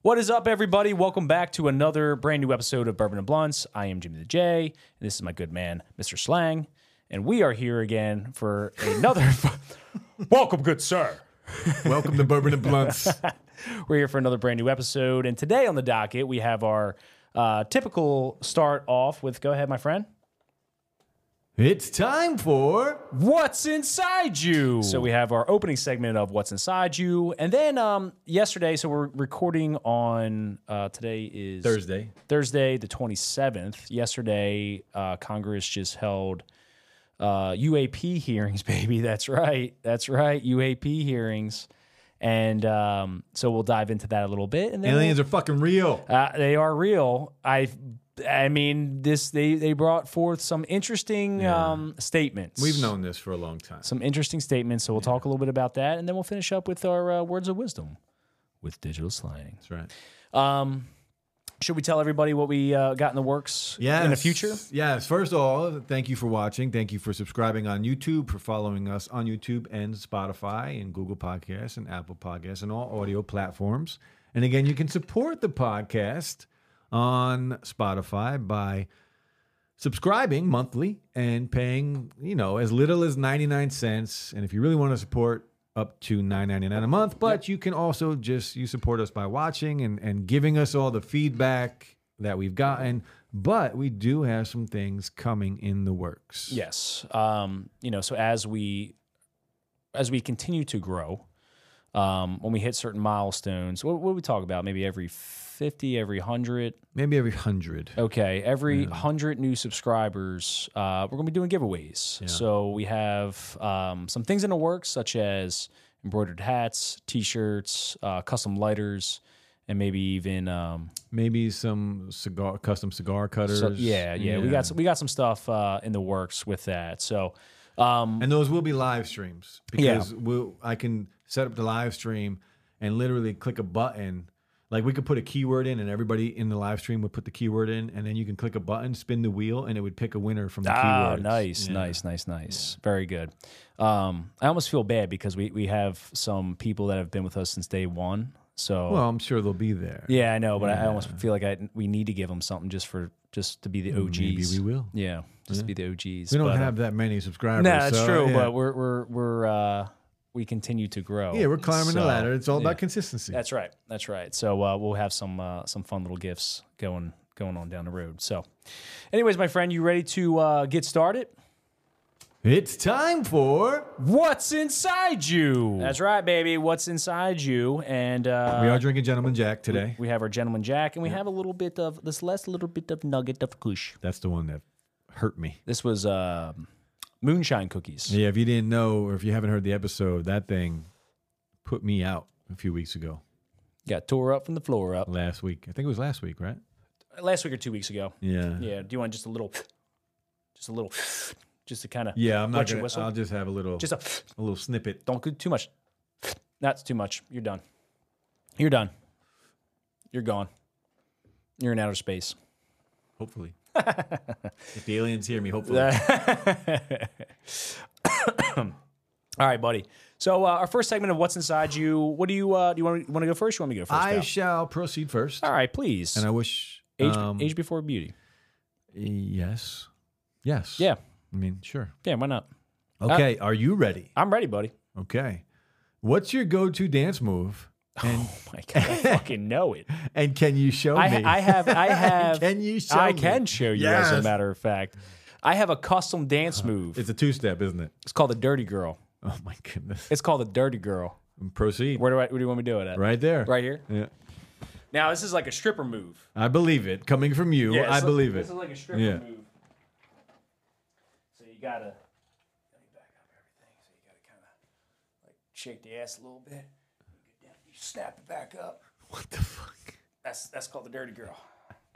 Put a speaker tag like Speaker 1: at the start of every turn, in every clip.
Speaker 1: What is up, everybody? Welcome back to another brand new episode of Bourbon and Blunts. I am Jimmy the J, and this is my good man, Mr. Slang, and we are here again for another. Welcome, good sir.
Speaker 2: Welcome to Bourbon and Blunts.
Speaker 1: We're here for another brand new episode, and today on the docket we have our uh, typical start off with. Go ahead, my friend.
Speaker 2: It's time for
Speaker 1: What's inside you? So we have our opening segment of what's inside you, and then um, yesterday. So we're recording on uh, today is
Speaker 2: Thursday.
Speaker 1: Thursday the twenty seventh. Yesterday, uh, Congress just held uh, UAP hearings, baby. That's right. That's right. UAP hearings, and um, so we'll dive into that a little bit. And then
Speaker 2: Aliens are fucking real.
Speaker 1: uh, they are real. I, I mean, this they they brought forth some interesting um, statements.
Speaker 2: We've known this for a long time.
Speaker 1: some interesting statements. So we'll talk a little bit about that, and then we'll finish up with our uh, words of wisdom with digital slang.
Speaker 2: That's right.
Speaker 1: Um, should we tell everybody what we uh, got in the works
Speaker 2: Yes.
Speaker 1: in the future?
Speaker 2: Yes. First of all, thank you for watching. Thank you for subscribing on YouTube, for following us on YouTube and Spotify and Google Podcasts and Apple Podcasts and all audio platforms. And again, you can support the podcast on Spotify by subscribing monthly and paying, you know, as little as 99 cents. And if you really want to support, up to 9.99 a month but you can also just you support us by watching and and giving us all the feedback that we've gotten but we do have some things coming in the works
Speaker 1: Yes. Um, you know, so as we as we continue to grow, um, when we hit certain milestones, what, what do we talk about? Maybe every fifty, every hundred.
Speaker 2: maybe every hundred
Speaker 1: Okay, every hundred new subscribers, uh, we're gonna be doing giveaways. So we have um, some things in the works, such as embroidered hats, T-shirts, uh, custom lighters, and maybe even um,
Speaker 2: maybe some cigar custom cigar cutters
Speaker 1: so- yeah, yeah, We got some, we got some stuff uh, in the works with that. So um,
Speaker 2: and those will be live streams
Speaker 1: Yeah.
Speaker 2: because we'll, i can set up the live stream and literally click a button like we could put a keyword in and everybody in the live stream would put the keyword in and then you can click a button spin the wheel and it would pick a winner from the
Speaker 1: Ah,
Speaker 2: keywords
Speaker 1: nice, nice, nice, nice. Very good. Um, I almost feel bad because we we have some people that have been with us since day one. So
Speaker 2: well i'm sure they'll be there
Speaker 1: yeah, I know, but I, I almost feel like I we need to give them something just for just to be the OGs.
Speaker 2: maybe we will
Speaker 1: Yeah, just to be the OGs.
Speaker 2: we don't
Speaker 1: but,
Speaker 2: have that many subscribers
Speaker 1: No, that's
Speaker 2: so,
Speaker 1: true.
Speaker 2: yeah.
Speaker 1: But we're we're we're uh, we continue to grow.
Speaker 2: yeah we're climbing the
Speaker 1: So-
Speaker 2: ladder it's all about consistency
Speaker 1: That's right. That's right. So uh, we'll have some uh, some fun little gifts going going on down the road. So, anyways, my friend, you ready to uh, get started?
Speaker 2: it's time for
Speaker 1: What's inside you? That's right, baby. What's inside you? And uh,
Speaker 2: we are drinking gentleman jack today
Speaker 1: we have our gentleman Jack, and we have a little bit of this last little bit of nugget of kush.
Speaker 2: that's the one that hurt me
Speaker 1: This was um moonshine cookies.
Speaker 2: Yeah, if you didn't know or if you haven't heard the episode, that thing put me out a few weeks ago.
Speaker 1: Got tore up from the floor up
Speaker 2: Last week. I think it was last week, right?
Speaker 1: last week or two weeks ago.
Speaker 2: Yeah.
Speaker 1: Yeah. Do you want just a little, just a little, just to kind of
Speaker 2: Yeah, I'm not
Speaker 1: Wet your
Speaker 2: gonna,
Speaker 1: whistle?
Speaker 2: I'll just have a little
Speaker 1: just a
Speaker 2: a little snippet.
Speaker 1: don't do too much. That's too much. You're done. You're done. You're gone. You're in outer space.
Speaker 2: Hopefully. if the aliens hear me, hopefully.
Speaker 1: All right, buddy. So uh, our first segment of what's inside you. What do you uh, do? You want to want to go first? Or you want me to go first?
Speaker 2: I
Speaker 1: pal?
Speaker 2: shall proceed first.
Speaker 1: All right, please.
Speaker 2: And I wish
Speaker 1: age,
Speaker 2: um,
Speaker 1: age before beauty.
Speaker 2: yes. Yes.
Speaker 1: Yeah, Uh,
Speaker 2: I mean, sure.
Speaker 1: yeah. Why not?
Speaker 2: Okay, are you ready?
Speaker 1: I'm ready, buddy.
Speaker 2: Okay. What's your go-to dance move? And
Speaker 1: Oh my god, I fucking know it.
Speaker 2: and can you show
Speaker 1: I,
Speaker 2: me?
Speaker 1: I have, I have.
Speaker 2: can you show
Speaker 1: I
Speaker 2: me?
Speaker 1: can show you, as a
Speaker 2: Yes.
Speaker 1: matter of fact. I have a custom dance move.
Speaker 2: It's a two-step, isn't it?
Speaker 1: It's called the Dirty Girl.
Speaker 2: Oh my goodness.
Speaker 1: It's called the Dirty Girl.
Speaker 2: Proceed.
Speaker 1: Where do I? Where do you want me to do it at?
Speaker 2: Right there.
Speaker 1: Right here.
Speaker 2: Yeah.
Speaker 1: Now this is like a stripper move.
Speaker 2: I believe it. Coming from you,
Speaker 1: Yeah,
Speaker 2: I
Speaker 1: so-
Speaker 2: believe it.
Speaker 1: This is like a stripper
Speaker 2: Yeah.
Speaker 1: move. So you gotta, let me back up everything. So you gotta kind of like shake the ass a little bit. You, get down, you snap it back up.
Speaker 2: What the fuck?
Speaker 1: That's that's called the dirty girl.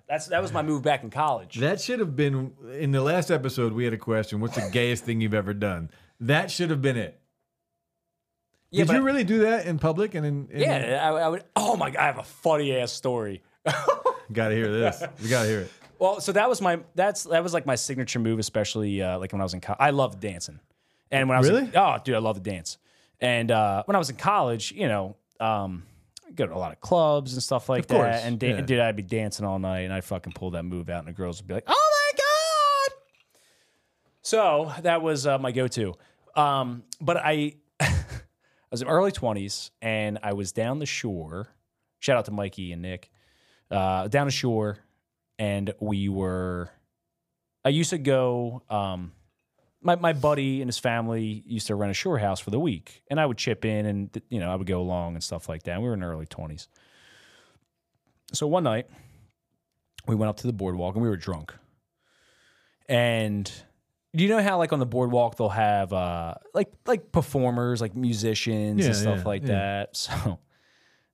Speaker 1: That's that was my move back in college.
Speaker 2: That should have been in the last episode. We had a question. What's the gayest thing you've ever done? That should have been it.
Speaker 1: Yeah,
Speaker 2: Did
Speaker 1: but
Speaker 2: you really do that in public? And in, in
Speaker 1: yeah, I, I would. Oh my god, I have a funny ass story.
Speaker 2: gotta hear this. We gotta hear it.
Speaker 1: Well, so that was my that's that was like my signature move, especially uh, like when I was in college. I loved dancing, and when I was in-
Speaker 2: Really?
Speaker 1: oh dude, I love to dance. And uh, when I was in college, you know, um, go to a lot of clubs and stuff like
Speaker 2: Of course,
Speaker 1: that. And da-
Speaker 2: yeah.
Speaker 1: dude, I'd be dancing all night, and I fucking pull that move out, and the girls would be like, "Oh my god!" So that was uh, my go-to. Um, but I, I was in my early twenties, and I was down the shore. Shout out to Mikey and Nick. Uh, down the shore, and we were. I used to go. Um, my, my buddy and his family used to rent a shore house for the week, and I would chip in, and th- you know I would go along and stuff like that. we were in our early twenties, so one night we went up to the boardwalk and we were drunk, and you know how like on the boardwalk they'll have uh, like like performers, like musicians
Speaker 2: Yeah,
Speaker 1: and stuff
Speaker 2: yeah,
Speaker 1: like
Speaker 2: yeah.
Speaker 1: that. So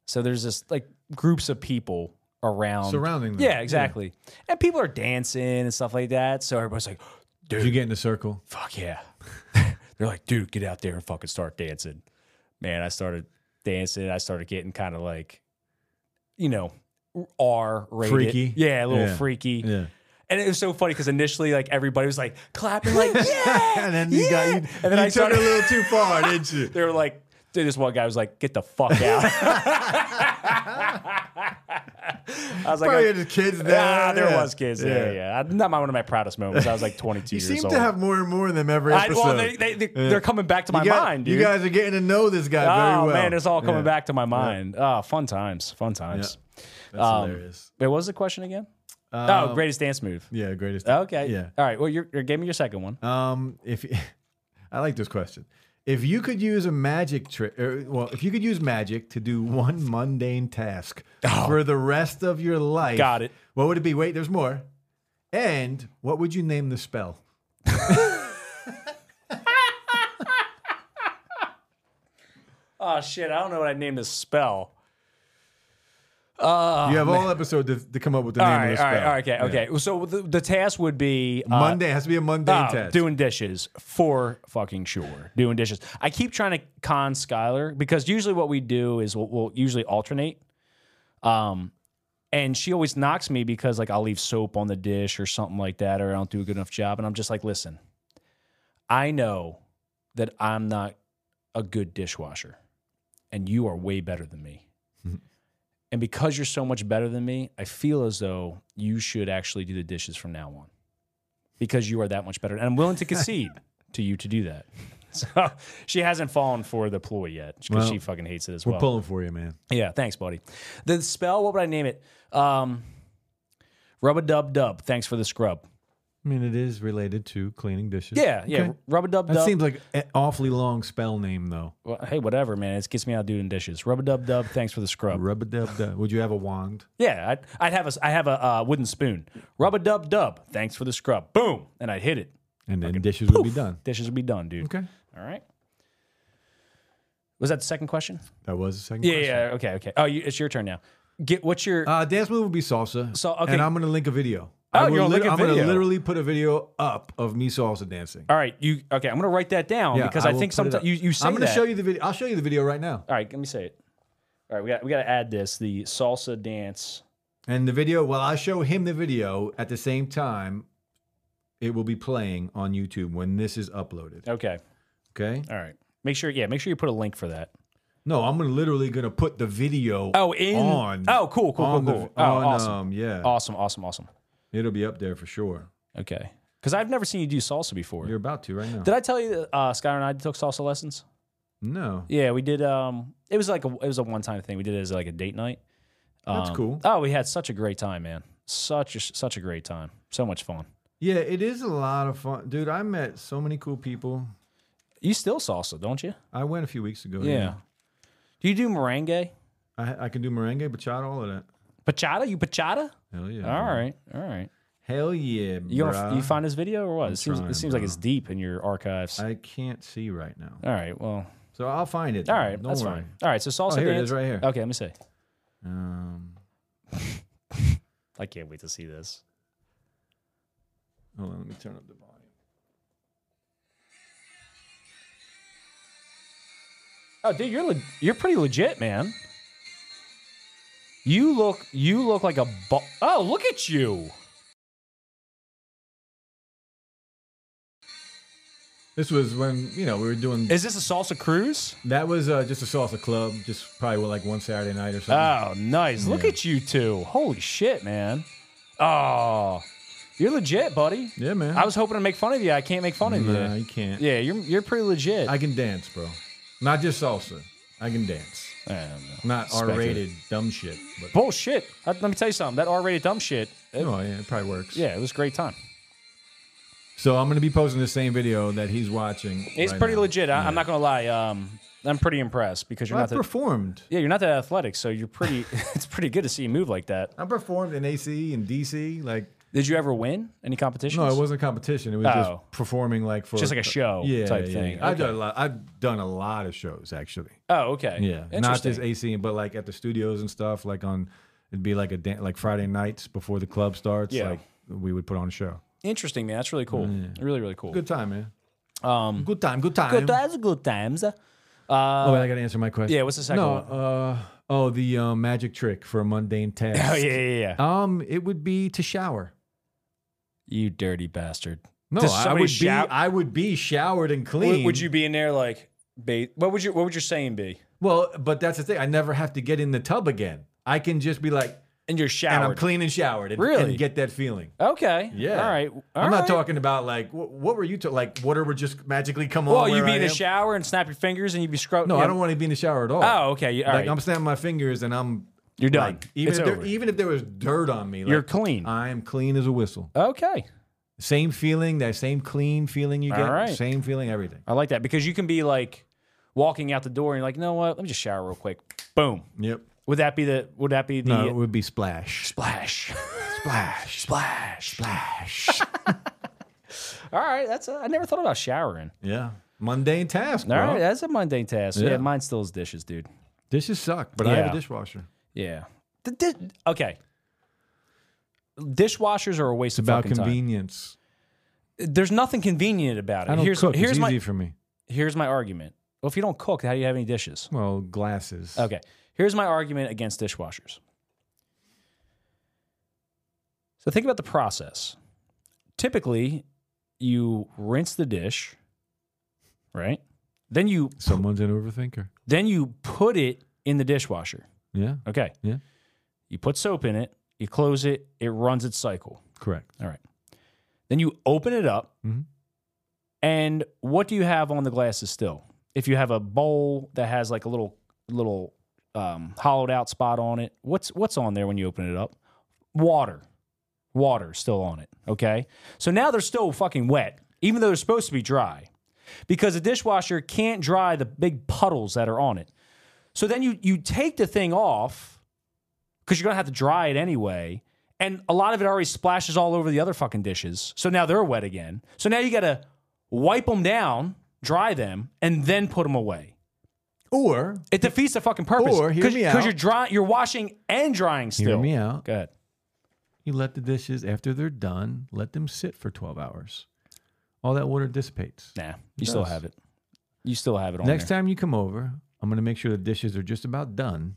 Speaker 1: so there's this like groups of people around.
Speaker 2: Surrounding them.
Speaker 1: Um, yeah, exactly. And people are dancing and stuff like that. So everybody's like,
Speaker 2: Did you get in a circle?
Speaker 1: fuck yeah. They're like, dude, get out there and fucking start dancing. Man, I started dancing. I started getting kind of like, you know, R rated.
Speaker 2: Freaky.
Speaker 1: Yeah, a little
Speaker 2: Yeah.
Speaker 1: freaky.
Speaker 2: Yeah.
Speaker 1: And it was so funny because initially, like, everybody was like clapping, like, yeah.
Speaker 2: and then you got you,
Speaker 1: yeah." And then I
Speaker 2: you took
Speaker 1: started,
Speaker 2: it a little too far, didn't you?
Speaker 1: they were like, dude, this one guy was like, get the fuck out. I was like,
Speaker 2: Probably had kids there.
Speaker 1: ah, there was kids. Yeah, yeah. I- Not my one of my proudest moments. I was like 22
Speaker 2: You
Speaker 1: years
Speaker 2: seem
Speaker 1: old.
Speaker 2: to have more and more of them every
Speaker 1: I,
Speaker 2: episode.
Speaker 1: well, they, they, they, they're coming back to my
Speaker 2: you got-
Speaker 1: mind, dude.
Speaker 2: You guys are getting to know this guy very
Speaker 1: oh
Speaker 2: well.
Speaker 1: man, it's all coming
Speaker 2: Yeah.
Speaker 1: back to my mind. Oh, fun times, fun times.
Speaker 2: That's
Speaker 1: Um,
Speaker 2: hilarious.
Speaker 1: Wait, what was the question again? oh, greatest dance move.
Speaker 2: Um, Yeah, greatest.
Speaker 1: Okay.
Speaker 2: yeah.
Speaker 1: All right. Well, you're, you're gave me your second one.
Speaker 2: Um, if I like this question, if you could use a magic trick, er, well, if you could use magic to do one mundane task for the rest of your life,
Speaker 1: Oh. Got it.
Speaker 2: What would it be? Wait, there's more. And what would you name the spell?
Speaker 1: Oh shit! I don't know what I named this spell.
Speaker 2: you have all episode to, to come up with the
Speaker 1: Oh, All
Speaker 2: name
Speaker 1: right.
Speaker 2: of the
Speaker 1: All
Speaker 2: spell.
Speaker 1: right. All right. Okay. Okay. So the, the task would be uh,
Speaker 2: Monday has to be a mundane
Speaker 1: Oh,
Speaker 2: task.
Speaker 1: Doing dishes for fucking sure. Doing dishes. I keep trying to con Skylar because usually what we do is we'll, we'll usually alternate. Um, and she always knocks me because like I'll leave soap on the dish or something like that, or I don't do a good enough job. And I'm just like, listen, I know that I'm not a good dishwasher, and you are way better than me. And because you're so much better than me, I feel as though you should actually do the dishes from now on because you are that much better. And I'm willing to concede to you to do that. So she hasn't fallen for the ploy yet because
Speaker 2: Well,
Speaker 1: she fucking hates it as
Speaker 2: We're
Speaker 1: well.
Speaker 2: pulling for you, man.
Speaker 1: Yeah, thanks, buddy. The spell, what would I name it? Um, rub a dub dub. Thanks for the scrub.
Speaker 2: I mean, it is related to cleaning dishes.
Speaker 1: Yeah, yeah.
Speaker 2: Okay.
Speaker 1: Rub a dub
Speaker 2: That
Speaker 1: dub.
Speaker 2: seems like an awfully long spell name, though.
Speaker 1: hey, whatever, man. It gets me out doing dishes. Rub a dub dub. Thanks for the scrub.
Speaker 2: Rub a dub dub. Would you have a wand?
Speaker 1: Yeah, I'd, I'd have a s- I have a uh, wooden spoon. Rub a dub dub. Thanks for the scrub. Boom, and I'd hit it.
Speaker 2: And then dishes would be done.
Speaker 1: Dishes would be done, dude.
Speaker 2: Okay.
Speaker 1: All right. Was that the second question?
Speaker 2: That was the second
Speaker 1: Yeah,
Speaker 2: question.
Speaker 1: yeah. Okay, okay. Oh, you, it's your turn now. Get what's your
Speaker 2: Uh, dance move would be salsa.
Speaker 1: So, okay.
Speaker 2: And I'm going to link a video.
Speaker 1: Oh,
Speaker 2: I
Speaker 1: you're gonna
Speaker 2: will
Speaker 1: link a
Speaker 2: I'm gonna
Speaker 1: video.
Speaker 2: literally put a video up of me salsa dancing.
Speaker 1: all right. You okay? I'm gonna write that down because I,
Speaker 2: will
Speaker 1: think
Speaker 2: put it
Speaker 1: sometimes
Speaker 2: up.
Speaker 1: you you say
Speaker 2: I'm gonna
Speaker 1: that.
Speaker 2: show you the video. I'll show you the video right now.
Speaker 1: All right, let me say it. All right, we got we got to add this the salsa dance.
Speaker 2: And the video, while I show him the video at the same time, it will be playing on YouTube when this is uploaded.
Speaker 1: Okay,
Speaker 2: Okay.
Speaker 1: all right. Make sure, yeah, make sure you put a link for that.
Speaker 2: No, I'm gonna literally gonna put the video.
Speaker 1: Oh, in
Speaker 2: on.
Speaker 1: oh, cool, cool,
Speaker 2: on
Speaker 1: cool,
Speaker 2: the-
Speaker 1: cool. oh,
Speaker 2: on,
Speaker 1: awesome,
Speaker 2: um, yeah,
Speaker 1: awesome, awesome, awesome.
Speaker 2: it'll be up there for sure.
Speaker 1: Okay, because I've never seen you do salsa before.
Speaker 2: You're about to right now.
Speaker 1: did I tell you that uh, Skylar and I took salsa lessons?
Speaker 2: no,
Speaker 1: Yeah, we did. Um, it was like a, it was a one time thing. We did it as like a date night.
Speaker 2: that's
Speaker 1: Um,
Speaker 2: cool.
Speaker 1: Oh, we had such a great time, man. Such a, such a great time. So much fun.
Speaker 2: Yeah, it is a lot of fun, dude. I met so many cool people.
Speaker 1: You still salsa, don't you?
Speaker 2: I went a few weeks ago.
Speaker 1: Yeah. Do you do merengue?
Speaker 2: I, I can do merengue, bachata, all of that.
Speaker 1: Pachata? You pachata?
Speaker 2: Hell yeah!
Speaker 1: All
Speaker 2: bro.
Speaker 1: right, all right.
Speaker 2: Hell yeah,
Speaker 1: You
Speaker 2: bro.
Speaker 1: gonna, you find this video or what? It seems
Speaker 2: trying,
Speaker 1: it seems like it's deep in your archives.
Speaker 2: I can't see right now,
Speaker 1: all right, well,
Speaker 2: so I'll find it.
Speaker 1: all right,
Speaker 2: Don't
Speaker 1: that's
Speaker 2: worry.
Speaker 1: fine. All right, so salsa
Speaker 2: Oh, here it
Speaker 1: dance
Speaker 2: is, right here.
Speaker 1: Okay, let me see.
Speaker 2: Um,
Speaker 1: I can't wait to see this.
Speaker 2: hold on, let me turn up the volume.
Speaker 1: Oh, dude, you're le- you're pretty legit, man. You look you look like a bo- oh look at you.
Speaker 2: This was when you know we were doing.
Speaker 1: Is this a salsa cruise?
Speaker 2: that was uh, just a salsa club, just probably like one Saturday night or something.
Speaker 1: Oh, nice. Look at you two. Holy shit, man. Oh, you're legit, buddy.
Speaker 2: Yeah, man.
Speaker 1: I was hoping to make fun of you. I can't make fun of
Speaker 2: Nah,
Speaker 1: you.
Speaker 2: you can't.
Speaker 1: Yeah, you're you're pretty legit.
Speaker 2: I can dance, bro. Not just salsa. I can dance.
Speaker 1: I don't know.
Speaker 2: Not
Speaker 1: Respect it.
Speaker 2: R-rated dumb shit. But
Speaker 1: Bullshit. Uh, Let me tell you something. That R-rated dumb shit. it-
Speaker 2: oh yeah, it probably works.
Speaker 1: yeah, it was a great time.
Speaker 2: So I'm gonna be posting the same video that he's watching.
Speaker 1: It's
Speaker 2: right
Speaker 1: pretty
Speaker 2: now.
Speaker 1: legit. I, I'm not gonna lie. Um, I'm pretty impressed because you're
Speaker 2: I
Speaker 1: not that.
Speaker 2: performed.
Speaker 1: yeah, you're not that athletic, so you're pretty. it's pretty good to see you move like that.
Speaker 2: I performed in AC and DC. Like
Speaker 1: Did you ever win any competitions?
Speaker 2: no, it wasn't a competition. It was
Speaker 1: Oh.
Speaker 2: just performing like for
Speaker 1: Just like a show
Speaker 2: yeah,
Speaker 1: type
Speaker 2: yeah,
Speaker 1: thing.
Speaker 2: yeah. I've
Speaker 1: Okay.
Speaker 2: done a lot. I've done a lot of shows actually.
Speaker 1: Oh, okay.
Speaker 2: Yeah,
Speaker 1: Interesting.
Speaker 2: not just AC, but like at the studios and stuff. Like on, it'd be like a dan- like Friday nights before the club starts.
Speaker 1: Yeah.
Speaker 2: like we would put on a show.
Speaker 1: Interesting, man. That's really cool. Really, really cool.
Speaker 2: Good time, man. Um, good time, good time.
Speaker 1: times, good times.
Speaker 2: Oh, wait, I got to answer my question.
Speaker 1: Uh, Yeah, what's the second
Speaker 2: no,
Speaker 1: one?
Speaker 2: Uh, oh, the uh, magic trick for a mundane task.
Speaker 1: Oh yeah, yeah, yeah.
Speaker 2: Um, it would be to shower.
Speaker 1: you dirty bastard.
Speaker 2: No,
Speaker 1: Does
Speaker 2: I
Speaker 1: somebody
Speaker 2: would
Speaker 1: shout-
Speaker 2: be. I would be showered and clean.
Speaker 1: Would, would you be in there like? Ba- what would you? What would your saying be?
Speaker 2: Well, but that's the thing. I never have to get in the tub again. I can just be like,
Speaker 1: And you're
Speaker 2: and I'm
Speaker 1: showered.
Speaker 2: clean and showered, and,
Speaker 1: Really?
Speaker 2: and get that feeling.
Speaker 1: okay.
Speaker 2: Yeah.
Speaker 1: All right.
Speaker 2: I'm not
Speaker 1: All right.
Speaker 2: talking about like wh- what were you ta- like water would just magically come on.
Speaker 1: Well, you'd
Speaker 2: where
Speaker 1: be
Speaker 2: I
Speaker 1: in the
Speaker 2: am?
Speaker 1: shower and snap your fingers, and you'd be scrubbing.
Speaker 2: No, I don't want to be in the shower at all.
Speaker 1: Oh, okay. you- All
Speaker 2: like
Speaker 1: right.
Speaker 2: I'm snapping my fingers and I'm
Speaker 1: You're done.
Speaker 2: like even
Speaker 1: it's
Speaker 2: if,
Speaker 1: over.
Speaker 2: there, even if there was dirt on me, like,
Speaker 1: You're clean.
Speaker 2: I am clean as a whistle.
Speaker 1: okay.
Speaker 2: Same feeling, that same clean feeling you get,
Speaker 1: All right.
Speaker 2: same feeling, everything.
Speaker 1: I like that because you can be like walking out the door and you're like, you know what? Let me just shower real quick. Boom.
Speaker 2: Yep.
Speaker 1: Would that be the? Would that be the?
Speaker 2: No, it would be splash,
Speaker 1: Splash.
Speaker 2: splash,
Speaker 1: Splash.
Speaker 2: splash.
Speaker 1: All right. That's. A, I never thought about showering.
Speaker 2: yeah, mundane task.
Speaker 1: All
Speaker 2: Bro.
Speaker 1: right, that's a mundane task. Yeah.
Speaker 2: Yeah.
Speaker 1: mine still is dishes, dude.
Speaker 2: Dishes suck, but I have
Speaker 1: Yeah.
Speaker 2: a dishwasher.
Speaker 1: Yeah. The di- okay. Dishwashers are a waste of
Speaker 2: About
Speaker 1: fucking
Speaker 2: convenience,
Speaker 1: time. There's nothing convenient about it.
Speaker 2: I don't
Speaker 1: here's
Speaker 2: cook.
Speaker 1: here's
Speaker 2: it's
Speaker 1: my
Speaker 2: easy for me.
Speaker 1: here's my argument. Well, if you don't cook, how do you have any dishes?
Speaker 2: Well, glasses.
Speaker 1: Okay. Here's my argument against dishwashers. So think about the process. Typically, you rinse the dish, right? Then you
Speaker 2: Someone's an overthinker.
Speaker 1: then you put it in the dishwasher.
Speaker 2: Yeah,
Speaker 1: Okay.
Speaker 2: Yeah.
Speaker 1: You put soap in it, you close it, it runs its cycle.
Speaker 2: correct.
Speaker 1: All right. Then you open it up.
Speaker 2: Mhm.
Speaker 1: And what do you have on the glasses still? If you have a bowl that has like a little little um, hollowed out spot on it, what's what's on there when you open it up? Water. Water still on it. Okay. So now they're still fucking wet, even though they're supposed to be dry. Because the dishwasher can't dry the big puddles that are on it. So then you you take the thing off because you're gonna have to dry it anyway. And a lot of it already splashes all over the other fucking dishes. So now they're wet again. So now you gotta wipe them down, dry them, and then put them away.
Speaker 2: Or
Speaker 1: It defeats the fucking purpose.
Speaker 2: Or, hear
Speaker 1: Cause,
Speaker 2: me
Speaker 1: 'cause
Speaker 2: out.
Speaker 1: you're dry, you're washing and drying still.
Speaker 2: hear me out.
Speaker 1: Go ahead.
Speaker 2: You let the dishes after they're done. Let them sit for 12 hours. All that water dissipates.
Speaker 1: Nah, you still
Speaker 2: does.
Speaker 1: have it. You still have it on
Speaker 2: Next
Speaker 1: there.
Speaker 2: time you come over, I'm gonna make sure the dishes are just about done,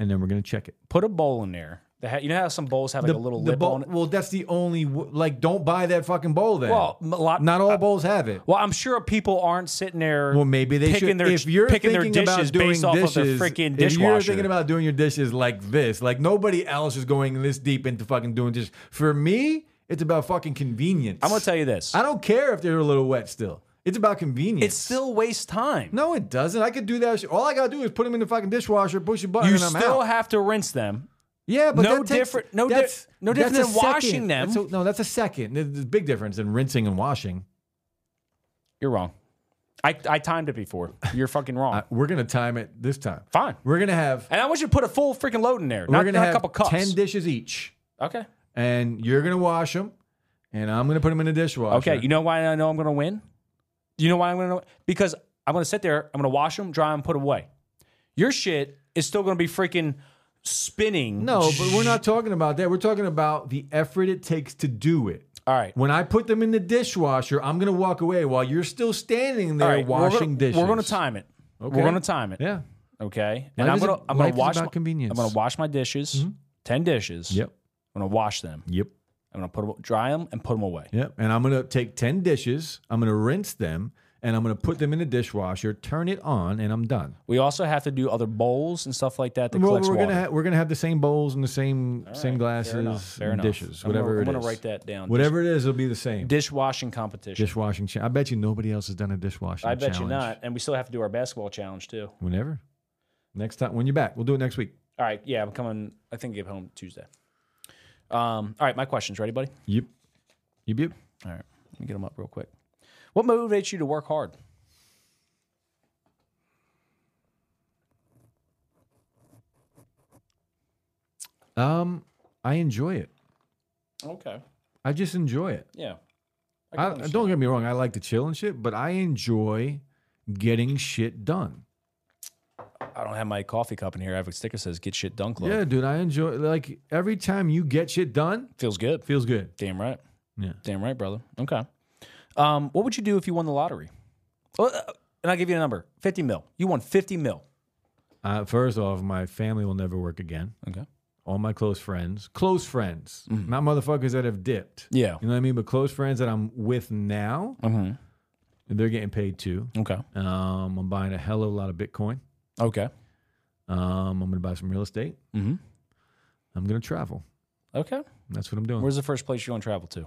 Speaker 2: and then we're gonna check it.
Speaker 1: Put a bowl in there. That ha- you know how some bowls have like a little lip on it.
Speaker 2: Well, that's the only w- like. Don't buy that fucking bowl then.
Speaker 1: Well, a lot.
Speaker 2: not all bowls have it.
Speaker 1: well, I'm sure people aren't sitting there.
Speaker 2: Well, maybe they
Speaker 1: picking
Speaker 2: should.
Speaker 1: Their,
Speaker 2: if you're
Speaker 1: picking
Speaker 2: thinking
Speaker 1: their dishes
Speaker 2: about doing
Speaker 1: based off
Speaker 2: dishes,
Speaker 1: of the freaking
Speaker 2: if
Speaker 1: dishwasher,
Speaker 2: you're thinking about doing your dishes like this, like nobody else is going this deep into fucking doing dishes. For me, it's about fucking convenience.
Speaker 1: I'm gonna tell you this.
Speaker 2: I don't care if they're a little wet still. It's about convenience.
Speaker 1: It still wastes time.
Speaker 2: No, it doesn't. I could do that. shit. All I gotta do is put them in the fucking dishwasher, push a button,
Speaker 1: you
Speaker 2: and I'm
Speaker 1: still
Speaker 2: out.
Speaker 1: have to rinse them.
Speaker 2: Yeah, but
Speaker 1: no
Speaker 2: that takes-
Speaker 1: different- no di-
Speaker 2: that's-
Speaker 1: no different
Speaker 2: that's a
Speaker 1: than washing
Speaker 2: second.
Speaker 1: them.
Speaker 2: That's a- no, that's a second. There's a big difference in rinsing and washing.
Speaker 1: You're wrong. I, I timed it before. You're fucking wrong.
Speaker 2: Uh, We're gonna time it this time.
Speaker 1: Fine.
Speaker 2: We're gonna have
Speaker 1: And I want you to put a full freaking load in there.
Speaker 2: we're
Speaker 1: Not,
Speaker 2: gonna
Speaker 1: not
Speaker 2: have
Speaker 1: a couple cups.
Speaker 2: ten dishes each,
Speaker 1: okay.
Speaker 2: and you're gonna wash them, and I'm gonna put them in the dishwasher.
Speaker 1: Okay. You know why I know I'm going to win? You know why I'm going to Because I'm going to sit there, I'm going to wash them, dry them, put 'em away. Your shit is still going to be freaking spinning.
Speaker 2: no, but we're not talking about that. We're talking about the effort it takes to do it.
Speaker 1: All right.
Speaker 2: When I put them in the dishwasher, I'm gonna walk away while you're still standing there
Speaker 1: All right.
Speaker 2: washing
Speaker 1: we're gonna,
Speaker 2: dishes.
Speaker 1: We're going to time it.
Speaker 2: Okay.
Speaker 1: We're going to time it.
Speaker 2: Yeah.
Speaker 1: Okay. And
Speaker 2: Life
Speaker 1: I'm
Speaker 2: is
Speaker 1: going to
Speaker 2: a-
Speaker 1: I'm going to
Speaker 2: life is
Speaker 1: wash
Speaker 2: about
Speaker 1: my-
Speaker 2: convenience.
Speaker 1: I'm going to wash my dishes. 10 dishes.
Speaker 2: Yep.
Speaker 1: I'm going to wash them.
Speaker 2: Yep.
Speaker 1: I'm gonna put them, dry them, and put them away.
Speaker 2: Yep. And I'm going to take 10 dishes, I'm going to rinse them, and I'm going to put them in the dishwasher, turn it on, and I'm done.
Speaker 1: We also have to do other bowls and stuff like that that
Speaker 2: Well,
Speaker 1: collects
Speaker 2: we're
Speaker 1: water.
Speaker 2: gonna ha- we're gonna have the same bowls and the same same
Speaker 1: Fair
Speaker 2: glasses,
Speaker 1: enough, fair
Speaker 2: and
Speaker 1: enough.
Speaker 2: dishes,
Speaker 1: I'm
Speaker 2: whatever
Speaker 1: gonna,
Speaker 2: it
Speaker 1: I'm
Speaker 2: is.
Speaker 1: gonna write that down.
Speaker 2: Whatever it is, it'll be the same.
Speaker 1: Dish- dishwashing competition.
Speaker 2: dishwashing. Cha- I bet you nobody else has done a dishwashing.
Speaker 1: I bet you
Speaker 2: challenge.
Speaker 1: not. And we still have to do our basketball challenge too.
Speaker 2: Whenever. Next time when you're back, we'll do it next week.
Speaker 1: All right. Yeah, I'm coming. I think I get home Tuesday. Um, all right. My questions. Ready, buddy?
Speaker 2: Yep. Yep. Yep.
Speaker 1: All right. Let me get them up real quick. What motivates you to work hard?
Speaker 2: Um, I enjoy it.
Speaker 1: Okay.
Speaker 2: I just enjoy it.
Speaker 1: Yeah. I can
Speaker 2: I,
Speaker 1: understand.
Speaker 2: don't get me wrong. I like to chill and shit, but I enjoy getting shit done.
Speaker 1: I don't have my coffee cup in here. I have a sticker that says "Get shit done club."
Speaker 2: Yeah, dude. I enjoy like every time you get shit done,
Speaker 1: Feels good.
Speaker 2: feels good.
Speaker 1: Damn right.
Speaker 2: Yeah.
Speaker 1: Damn right, brother. Okay. Um, what would you do if you won the lottery? Oh, uh, and I'll give you a number: fifty mil. You won fifty mil.
Speaker 2: Uh, first off, my family will never work again.
Speaker 1: Okay.
Speaker 2: All my close friends, close friends,
Speaker 1: Mm-hmm.
Speaker 2: not motherfuckers that have dipped.
Speaker 1: Yeah.
Speaker 2: You know what I mean? But close friends that I'm with now,
Speaker 1: hmm
Speaker 2: they're getting paid too.
Speaker 1: Okay.
Speaker 2: Um, I'm buying a hell of a lot of Bitcoin.
Speaker 1: Okay.
Speaker 2: Um, I'm gonna buy some real estate.
Speaker 1: hmm
Speaker 2: I'm gonna travel.
Speaker 1: Okay.
Speaker 2: That's what I'm doing.
Speaker 1: Where's the first place you're going to travel to?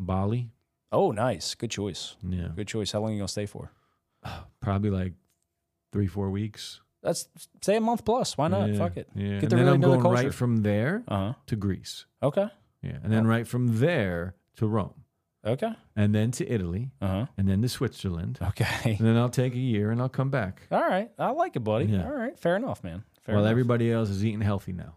Speaker 2: Bali?
Speaker 1: Oh, nice. Good choice.
Speaker 2: Yeah,
Speaker 1: Good choice. How long you going to stay for?
Speaker 2: probably like three, four weeks.
Speaker 1: That's say a month plus. Why not?
Speaker 2: Yeah,
Speaker 1: Fuck it.
Speaker 2: Yeah,
Speaker 1: Get
Speaker 2: and
Speaker 1: to
Speaker 2: then
Speaker 1: really
Speaker 2: I'm
Speaker 1: know the
Speaker 2: going
Speaker 1: culture.
Speaker 2: right from there
Speaker 1: Uh
Speaker 2: to Greece.
Speaker 1: huh. Okay.
Speaker 2: Yeah, and
Speaker 1: Oh.
Speaker 2: then right from there to Rome,
Speaker 1: Okay.
Speaker 2: and then to Italy,
Speaker 1: Uh huh.
Speaker 2: and then to Switzerland,
Speaker 1: Okay.
Speaker 2: and then I'll take a year and I'll come back.
Speaker 1: All right. I like it, buddy.
Speaker 2: Yeah.
Speaker 1: All right. Fair enough, man. Fair
Speaker 2: while
Speaker 1: enough.
Speaker 2: everybody else is eating healthy now,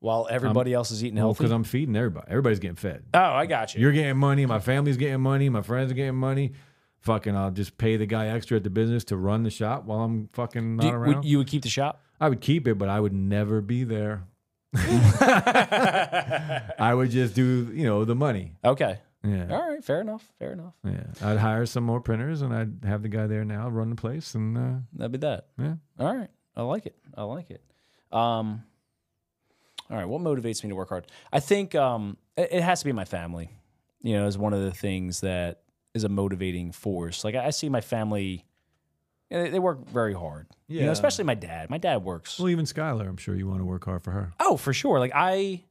Speaker 1: While everybody else is eating healthy.
Speaker 2: because I'm feeding everybody. Everybody's getting fed.
Speaker 1: oh, I got you.
Speaker 2: You're getting money. My family's getting money. My friends are getting money. Fucking, I'll just pay the guy extra at the business to run the shop while I'm fucking not
Speaker 1: Do-
Speaker 2: around.
Speaker 1: Would, you would keep the shop.
Speaker 2: I would keep it, but I would never be there. I would just do, you know, the money.
Speaker 1: Okay.
Speaker 2: Yeah.
Speaker 1: All right. Fair enough. Fair enough.
Speaker 2: Yeah. I'd hire some more printers and I'd have the guy there now run the place. And uh,
Speaker 1: That'd be that.
Speaker 2: yeah.
Speaker 1: All right. I like it. I like it. Um, all right. What motivates me to work hard? I think um, it, it has to be my family. You know, is one of the things that is a motivating force. Like I, I see my family, you know, they, they work very hard. Yeah. You
Speaker 2: Yeah.
Speaker 1: know, especially my dad. My dad works.
Speaker 2: Well, even Skylar, I'm sure you want to work hard for her.
Speaker 1: Oh, for sure. Like I,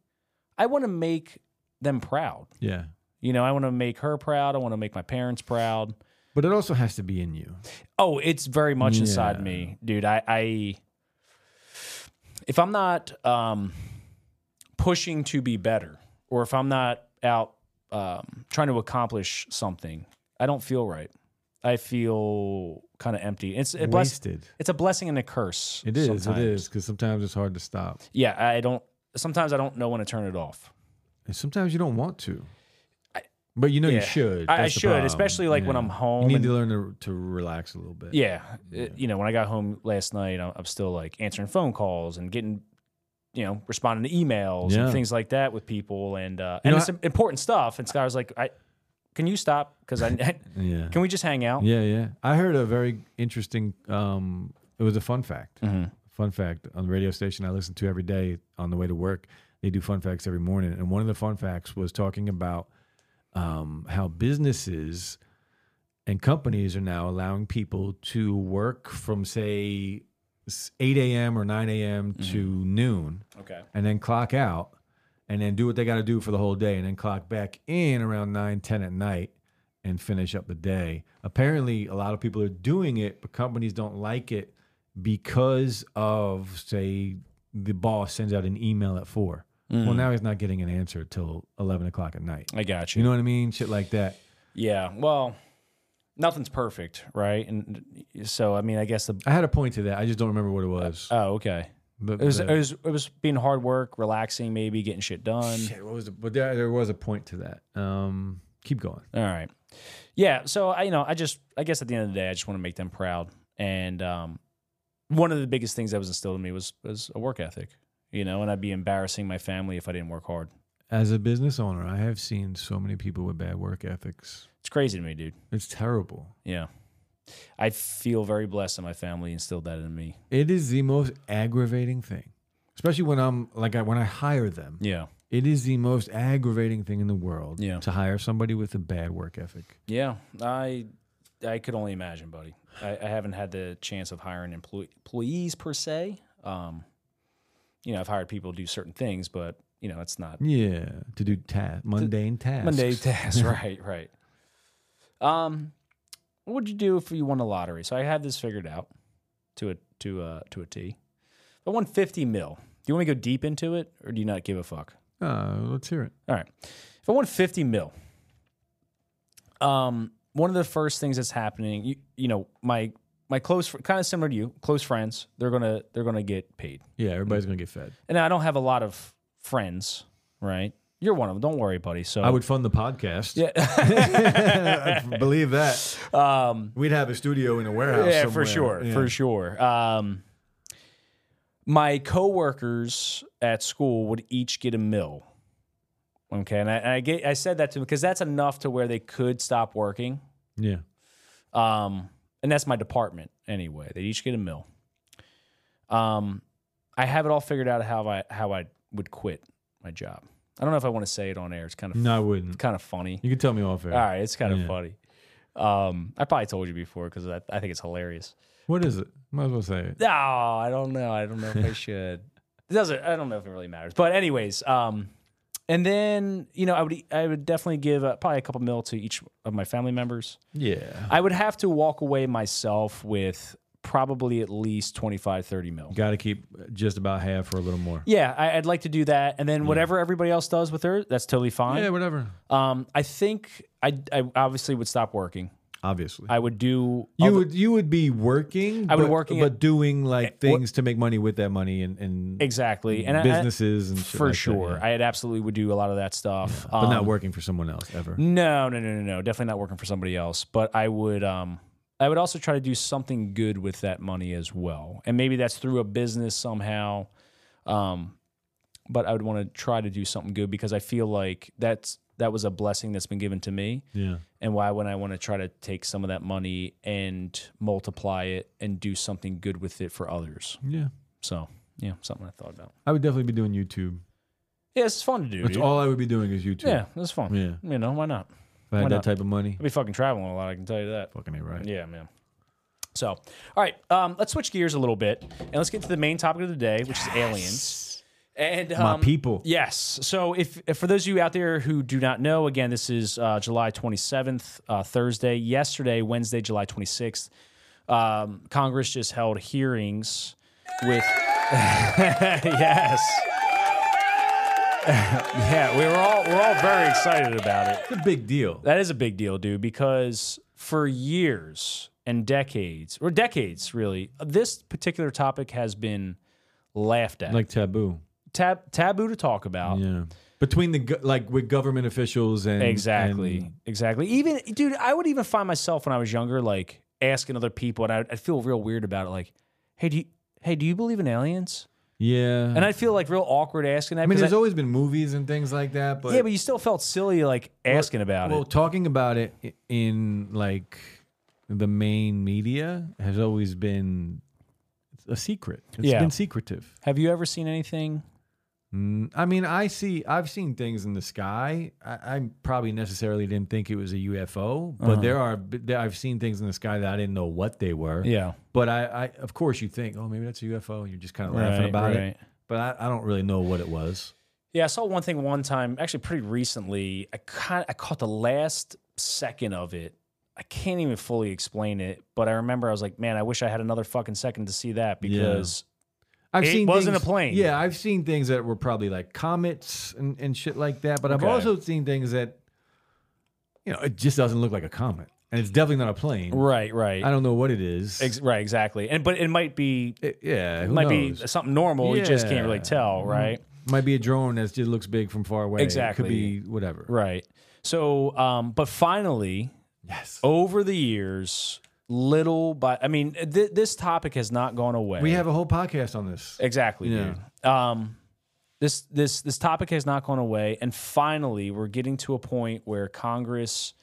Speaker 1: I want to make them proud.
Speaker 2: Yeah.
Speaker 1: You know, I want to make her proud. I want to make my parents proud.
Speaker 2: But it also has to be in you.
Speaker 1: Oh, it's very much inside
Speaker 2: Yeah.
Speaker 1: me, dude. I, I if I'm not um, pushing to be better, or if I'm not out um, trying to accomplish something, I don't feel right. I feel kind of empty. It's a bless,
Speaker 2: Wasted.
Speaker 1: It's a blessing and a curse.
Speaker 2: It is. It
Speaker 1: sometimes.
Speaker 2: is. Because sometimes it's hard to stop.
Speaker 1: Yeah, I don't. Sometimes I don't know when to turn it off.
Speaker 2: And sometimes you don't want to. But you know you
Speaker 1: yeah.
Speaker 2: should.
Speaker 1: I- I
Speaker 2: That's the
Speaker 1: should,
Speaker 2: problem.
Speaker 1: especially, like, when I'm home
Speaker 2: You need
Speaker 1: and-
Speaker 2: to learn to, to relax a little bit.
Speaker 1: Yeah. It- you know, when I got home last night, I'm, I'm still like answering phone calls and getting, you know, responding to emails
Speaker 2: Yeah.
Speaker 1: and things like that with people. And, uh,
Speaker 2: You
Speaker 1: and
Speaker 2: know,
Speaker 1: it's important stuff. And Sky was like, I, can you stop? Cause I,
Speaker 2: Yeah.
Speaker 1: can we just hang out?
Speaker 2: Yeah, yeah. I heard a very interesting. Um, it was a fun fact. Fun fact on the radio station I listen to every day on the way to work. They do fun facts every morning, and one of the fun facts was talking about um, how businesses and companies are now allowing people to work from say s- eight a.m. or nine a.m. to noon,
Speaker 1: Okay.
Speaker 2: and then clock out and then do what they got to do for the whole day and then clock back in around 9 10 at night and finish up the day apparently a lot of people are doing it but companies don't like it because of say the boss sends out an email at 4
Speaker 1: Mm.
Speaker 2: well now he's not getting an answer till 11 o'clock at night
Speaker 1: I got you.
Speaker 2: you know what i mean shit like that
Speaker 1: yeah. Well, nothing's perfect. Right. And so, I mean, I guess the,
Speaker 2: i had a point to that i just don't remember what it was
Speaker 1: oh, okay.
Speaker 2: but
Speaker 1: It was,
Speaker 2: the-
Speaker 1: it was, it was being hard work, relaxing, maybe getting shit done.
Speaker 2: shit, what was the, but there, there was a point to that um keep going
Speaker 1: All right. Yeah. So I, you know, I just, I guess at the end of the day, I just want to make them proud. And um, one of the biggest things that was instilled in me was was a work ethic. You know, and I'd be embarrassing my family if I didn't work hard.
Speaker 2: as a business owner i have seen so many people with bad work ethics
Speaker 1: It's crazy to me, dude.
Speaker 2: It's terrible.
Speaker 1: Yeah. I feel very blessed that my family instilled that in me.
Speaker 2: It is the most aggravating thing, especially when I'm like I, when I hire them
Speaker 1: Yeah.
Speaker 2: It is the most aggravating thing in the world
Speaker 1: Yeah.
Speaker 2: to hire somebody with a bad work ethic.
Speaker 1: Yeah, I I could only imagine, buddy. I, I haven't had the chance of hiring employ, employees per se. Um, you know, I've hired people to do certain things, but you know, it's not
Speaker 2: Yeah, to do ta- mundane tasks.
Speaker 1: Monday tasks. right, right. Um, what would you do if you won the lottery? So I had this figured out to a to a to a T. I won fifty mil. Do you want me to go deep into it, or do you not give a fuck?
Speaker 2: Uh, let's hear it.
Speaker 1: All right. If I won 50 mil, um, one of the first things that's happening, you, you know, my my close kind of similar to you, close friends, they're gonna they're gonna get paid.
Speaker 2: Yeah, everybody's gonna get fed.
Speaker 1: And I don't have a lot of friends, right? You're one of them. Don't worry, buddy. So
Speaker 2: I would fund the podcast.
Speaker 1: yeah,
Speaker 2: I believe that.
Speaker 1: um,
Speaker 2: We'd have a studio in a warehouse.
Speaker 1: yeah,
Speaker 2: somewhere.
Speaker 1: for sure,
Speaker 2: Yeah.
Speaker 1: for sure. Um, my coworkers at school would each get a mill. Okay, and I, and I get I said that to them because that's enough to where they could stop working.
Speaker 2: Yeah.
Speaker 1: Um, and that's my department anyway. They each get a mill. Um, I have it all figured out how I how I would quit my job. I don't know if I want to say it on air. It's kind of
Speaker 2: No, I wouldn't.
Speaker 1: kind of funny.
Speaker 2: You could tell me off air.
Speaker 1: All right, it's kind of
Speaker 2: Yeah.
Speaker 1: funny. Um, I probably told you before because I, I think it's hilarious.
Speaker 2: What is it? Might as well say it.
Speaker 1: No, I don't know. I don't know if I should. It doesn't. I don't know if it really matters. But anyways, um, and then you know I would I would definitely give uh, probably a couple mil to each of my family members.
Speaker 2: Yeah.
Speaker 1: I would have to walk away myself with probably at least 25, 30 mil.
Speaker 2: Got to keep just about half or a little more.
Speaker 1: Yeah, I, I'd like to do that. And then whatever everybody else does with her, that's totally fine.
Speaker 2: Mm. Yeah, whatever.
Speaker 1: Um, I think I, I obviously would stop working.
Speaker 2: Obviously.
Speaker 1: I would do.
Speaker 2: you
Speaker 1: other-
Speaker 2: would you would be working.
Speaker 1: I would
Speaker 2: but,
Speaker 1: working Eh,
Speaker 2: but doing like
Speaker 1: wha-
Speaker 2: things to make money with that money and and
Speaker 1: exactly. And I- I-
Speaker 2: businesses and shit
Speaker 1: for
Speaker 2: like that,
Speaker 1: sure.
Speaker 2: yeah.
Speaker 1: I had absolutely would do a lot of that stuff.
Speaker 2: but not
Speaker 1: Um,
Speaker 2: working for someone else ever.
Speaker 1: No, no, no, no, no. Definitely not working for somebody else. But I would, um, I would also try to do something good with that money as well, and maybe that's through a business somehow. Um, but I would want to try to do something good because I feel like that's that was a blessing that's been given to me,
Speaker 2: Yeah.
Speaker 1: and why would I want to try to take some of that money and multiply it and do something good with it for others?
Speaker 2: Yeah.
Speaker 1: So yeah, something I thought about.
Speaker 2: I would definitely be doing YouTube.
Speaker 1: Yeah, it's fun to do.
Speaker 2: That's
Speaker 1: dude.
Speaker 2: all I would be doing is YouTube.
Speaker 1: yeah, it's fun.
Speaker 2: Yeah.
Speaker 1: You know why not?
Speaker 2: If I had
Speaker 1: Why
Speaker 2: that
Speaker 1: not?
Speaker 2: type of money.
Speaker 1: I'll be fucking traveling a lot. I can tell you that.
Speaker 2: Fucking A right.
Speaker 1: Yeah, man. So, all right, um, let's switch gears a little bit and let's get to the main topic of the day, which is aliens. And
Speaker 2: My
Speaker 1: um,
Speaker 2: people.
Speaker 1: Yes. So, if, if for those of you out there who do not know, again, this is uh, July 27th, uh, Thursday. Yesterday, Wednesday, July 26th, um, Congress just held hearings with. yes. yeah, we were all we're all very excited about it.
Speaker 2: It's a big deal.
Speaker 1: That is a big deal, dude, because for years and decades, or decades really, this particular topic has been laughed at, like
Speaker 2: Like taboo.
Speaker 1: tab- taboo to talk about.
Speaker 2: Yeah. Between the go- like with government officials and
Speaker 1: Exactly,
Speaker 2: and-
Speaker 1: exactly. Even, dude, I would even find myself when I was younger, like asking other people, and I'd, I'd feel real weird about it, like, "Hey, do you, hey, do you believe in aliens?"
Speaker 2: yeah.
Speaker 1: And I'd feel like real awkward asking that.
Speaker 2: I mean,
Speaker 1: 'cause
Speaker 2: there's always been movies and things like that, but
Speaker 1: yeah, but you still felt silly like asking about
Speaker 2: well,
Speaker 1: it.
Speaker 2: talking about it i- in like the main media has always been a secret. It's
Speaker 1: Yeah.
Speaker 2: been secretive.
Speaker 1: Have you ever seen anything?
Speaker 2: Mm, I mean, I see. I've seen things in the sky. I, I probably necessarily didn't think it was a UFO, but
Speaker 1: Uh-huh.
Speaker 2: there are. There, I've seen things in the sky that I didn't know what they were.
Speaker 1: Yeah,
Speaker 2: But I, I of course, you think, oh, maybe that's a UFO, and you're just kind of laughing
Speaker 1: Right,
Speaker 2: about
Speaker 1: right.
Speaker 2: it. But I, I don't really know what it was.
Speaker 1: Yeah, I saw one thing one time, actually pretty recently. I kind I caught the last second of it. I can't even fully explain it, but I remember I was like, man, I wish I had another fucking second to see that because
Speaker 2: I've
Speaker 1: It
Speaker 2: seen
Speaker 1: wasn't
Speaker 2: things-
Speaker 1: a plane.
Speaker 2: Yeah, I've seen things that were probably like comets and, and shit like that. But I've
Speaker 1: Okay.
Speaker 2: also seen things that, you know, it just doesn't look like a comet, and it's definitely not a plane.
Speaker 1: right, right.
Speaker 2: I don't know what it is.
Speaker 1: Ex- right, exactly. And but it might be
Speaker 2: It- yeah, who
Speaker 1: might
Speaker 2: knows?
Speaker 1: be something normal, you just can't really
Speaker 2: Yeah. Mm-hmm.
Speaker 1: tell, right?
Speaker 2: Might be a drone that just looks big from far away.
Speaker 1: Exactly.
Speaker 2: It could be whatever.
Speaker 1: Right. So um but finally,
Speaker 2: Yes.
Speaker 1: over the years, little by I mean, th- this topic has not gone away.
Speaker 2: We have a whole podcast on this.
Speaker 1: Exactly,
Speaker 2: Yeah.
Speaker 1: dude. Um, this this this topic has not gone away, and finally, we're getting to a point where Congress